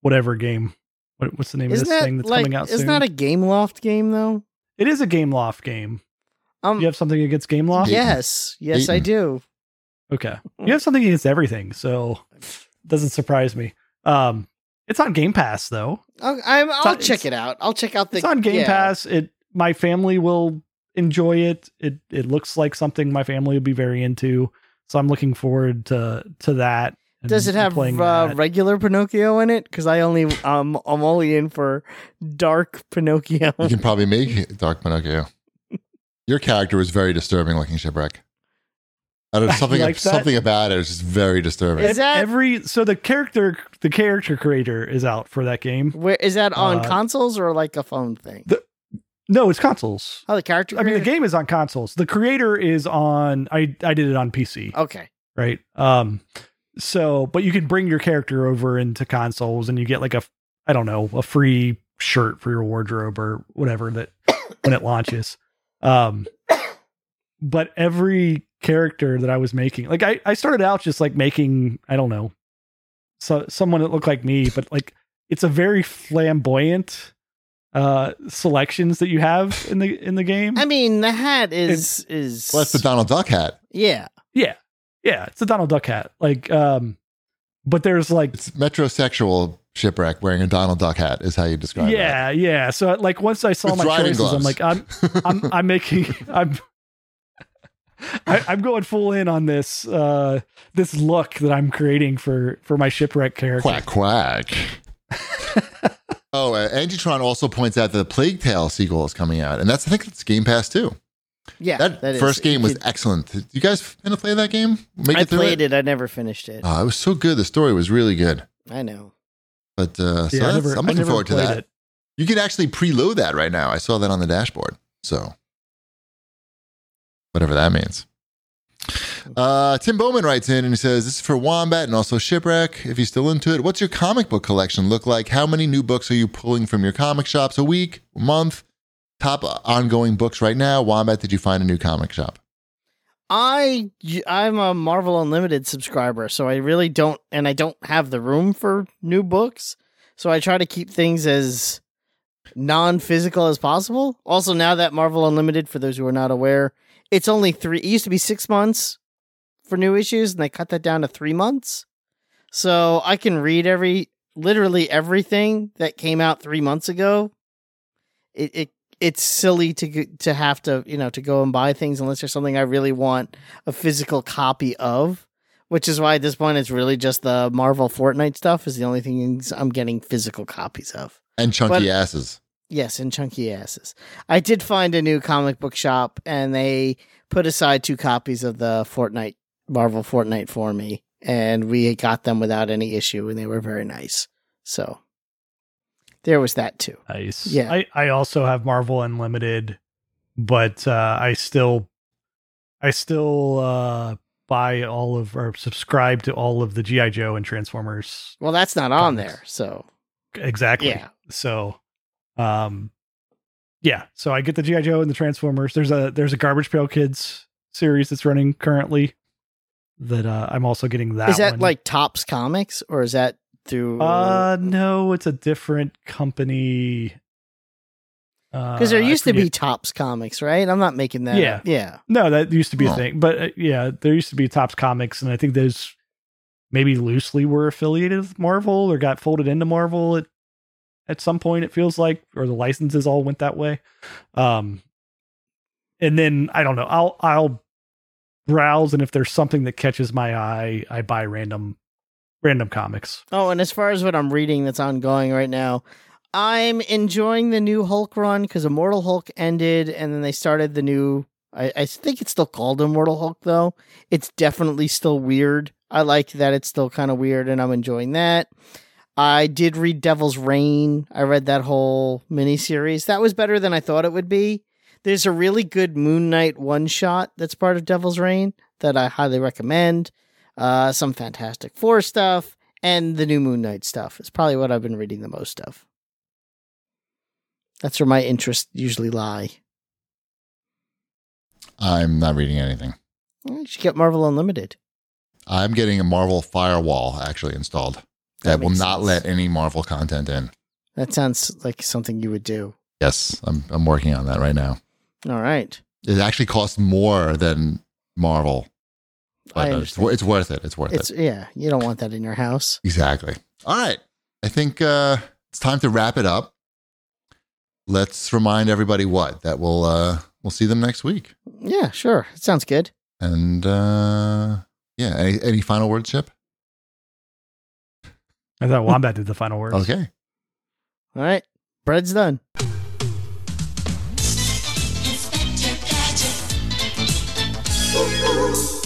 S3: whatever game. What, what's the name
S2: Isn't
S3: of this
S2: that
S3: thing that's
S2: like?
S3: coming out
S2: isn't
S3: soon?
S2: that a Game Loft game though?
S3: it is a Game Loft game.
S2: Um.
S3: You have something against Game Loft?
S2: yes. Yes, I
S1: Dayton.
S2: do.
S3: Okay.
S2: Hmm.
S3: You have something against everything, so doesn't surprise me. Um it's on Game Pass though.
S2: I'll, I'm, I'll
S3: on-
S2: check it out. I'll check out the.
S3: it's on Game
S2: yeah.
S3: Pass. It my family will enjoy it. It it looks like something my family will be very into. So I'm looking forward to to that. and
S2: Does it have
S3: playing
S2: uh,
S3: that.
S2: regular Pinocchio in it? Because I only um I'm only in for dark
S3: [LAUGHS]
S2: Pinocchio.
S1: you can probably make Dark Pinocchio. Your character was very disturbing looking, Shipwreck. I
S3: [LAUGHS]
S1: don't know,
S3: I
S1: something
S3: like that.
S1: something about it was just very disturbing.
S2: Is that-
S3: every so the character the character creator is out for that game?
S2: [LAUGHS] Where is that on
S3: Uh,
S2: consoles or like a phone thing?
S3: No, it's consoles.
S2: Oh, the character.
S3: I mean, the
S2: creator?
S3: game is on consoles. The creator is on. I I did it on PC.
S2: Okay.
S3: right? Um, so, but you can bring your character over into consoles, and you get like a, I don't know, a free shirt for your wardrobe or whatever that when it launches. Um, but every character that I was making, like I, I started out just like making, I don't know, so someone that looked like me, but like it's a very flamboyant uh selections that you have in the in the game.
S2: I mean, the hat is is
S1: Well, that's the Donald Duck hat.
S2: yeah.
S3: yeah. Yeah, it's a Donald Duck hat. Like um but there's like
S1: It's metrosexual shipwreck wearing a Donald Duck hat is how you describe it.
S3: yeah yeah so like once i saw
S1: With
S3: my
S1: riding
S3: choices i'm
S1: gloves.
S3: like i'm i'm i'm making [LAUGHS] i'm I, i'm going full in on this uh this look that i'm creating for for my shipwreck character
S1: [LAUGHS] quack
S3: [LAUGHS]
S1: quack. oh, uh, Angitron also points out that the Plague Tale sequel is coming out, and that's I think it's Game Pass too.
S2: Yeah.
S1: that,
S2: is-
S1: first game was
S2: it-
S1: excellent. Did you guys gonna play that game? Make
S2: I
S1: it through
S2: played it. I never finished it.
S1: Oh, it was so good. The story was really good.
S2: I know.
S1: But uh, so
S3: I
S1: that's-
S3: never- I
S1: I'm looking
S3: never
S1: forward to
S3: played
S1: that.
S3: it.
S1: You can actually preload that right now. I saw that on the dashboard. So, whatever that means. Uh, Tim Bowman writes in and he says, This is for Wombat and also Shipwreck. If you're still into it, what's your comic book collection look like? How many new books are you pulling from your comic shops a week, month? Top ongoing books right now. Wombat, did you find a new comic shop?
S2: I I'm a Marvel Unlimited subscriber, so I really don't, and I don't have the room for new books, so I try to keep things as non-physical as possible. Also, now that Marvel Unlimited, for those who are not aware, it's only three. It used to be six months for new issues, and they cut that down to three months. So I can read every, literally everything that came out three months ago. It, it it's silly to g- to have to you know to go and buy things unless there's something I really want a physical copy of, which is why at this point it's really just the Marvel Fortnite stuff is the only things I'm getting physical copies of.
S1: and chunky
S2: But-
S1: asses.
S2: Yes, and chunky asses. I did find a new comic book shop, and they put aside two copies of the Fortnite Marvel Fortnite for me, and we got them without any issue, and they were very nice. So there was that too.
S3: Nice.
S2: Yeah.
S3: I, I also have Marvel Unlimited, but uh, I still I still uh, buy all of or subscribe to all of the GI Joe and Transformers.
S2: Well, that's not on
S3: Comics.
S2: there, so
S3: Exactly.
S2: yeah.
S3: So, um, yeah. So I get the GI Joe and the Transformers. There's a there's a Garbage Pail Kids series that's running currently. That uh, I'm also getting that.
S2: Is that
S3: one.
S2: like Tops Comics or is that through? Because
S3: Uh, no, it's a different company. Uh, Because
S2: there used to be Tops Comics, right? I'm not making that.
S3: Yeah.
S2: up. yeah.
S3: No, that used to be a
S1: Huh.
S3: thing, but uh, yeah, there used to be Topps Comics, and I think those maybe loosely were affiliated with Marvel or got folded into Marvel at at some point. It feels like, or the licenses all went that way. Um, and then I don't know. I'll I'll browse, and if there's something that catches my eye, I buy random random comics.
S2: Oh, and as far as what I'm reading that's ongoing right now, I'm enjoying the new Hulk run because Immortal Hulk ended, and then they started the new. I, I think it's still called Immortal Hulk though. It's definitely still weird. I like that it's still kind of weird, and I'm enjoying that. I did read Devil's Reign. I read that whole miniseries. That was better than I thought it would be. There's a really good Moon Knight one shot that's part of Devil's Reign that I highly recommend. Uh, some Fantastic Four stuff and the new Moon Knight stuff. It's probably what I've been reading the most of. That's where my interests usually lie.
S1: I'm not reading anything.
S2: You should get Marvel Unlimited.
S1: I'm getting a Marvel firewall actually installed that,
S2: That
S1: will
S2: makes
S1: not
S2: sense.
S1: let any Marvel content in.
S2: That sounds like something you would do.
S1: Yes, I'm I'm working on that right now.
S2: All right.
S1: It actually costs more than Marvel,
S2: I
S1: but uh, it's,
S2: understand.
S1: wor- it's worth it. It's worth
S2: It's
S1: it.
S2: yeah, you don't want that in your house.
S1: Exactly. All right. I think uh, it's time to wrap it up. Let's remind everybody what that we'll uh, we'll see them next week.
S2: Yeah, sure. It sounds good.
S1: And uh, yeah, any, any final words, Chip?
S3: I thought Wombat did the final words.
S1: Okay.
S2: All right. Bread's done.
S4: Inspector Gadget.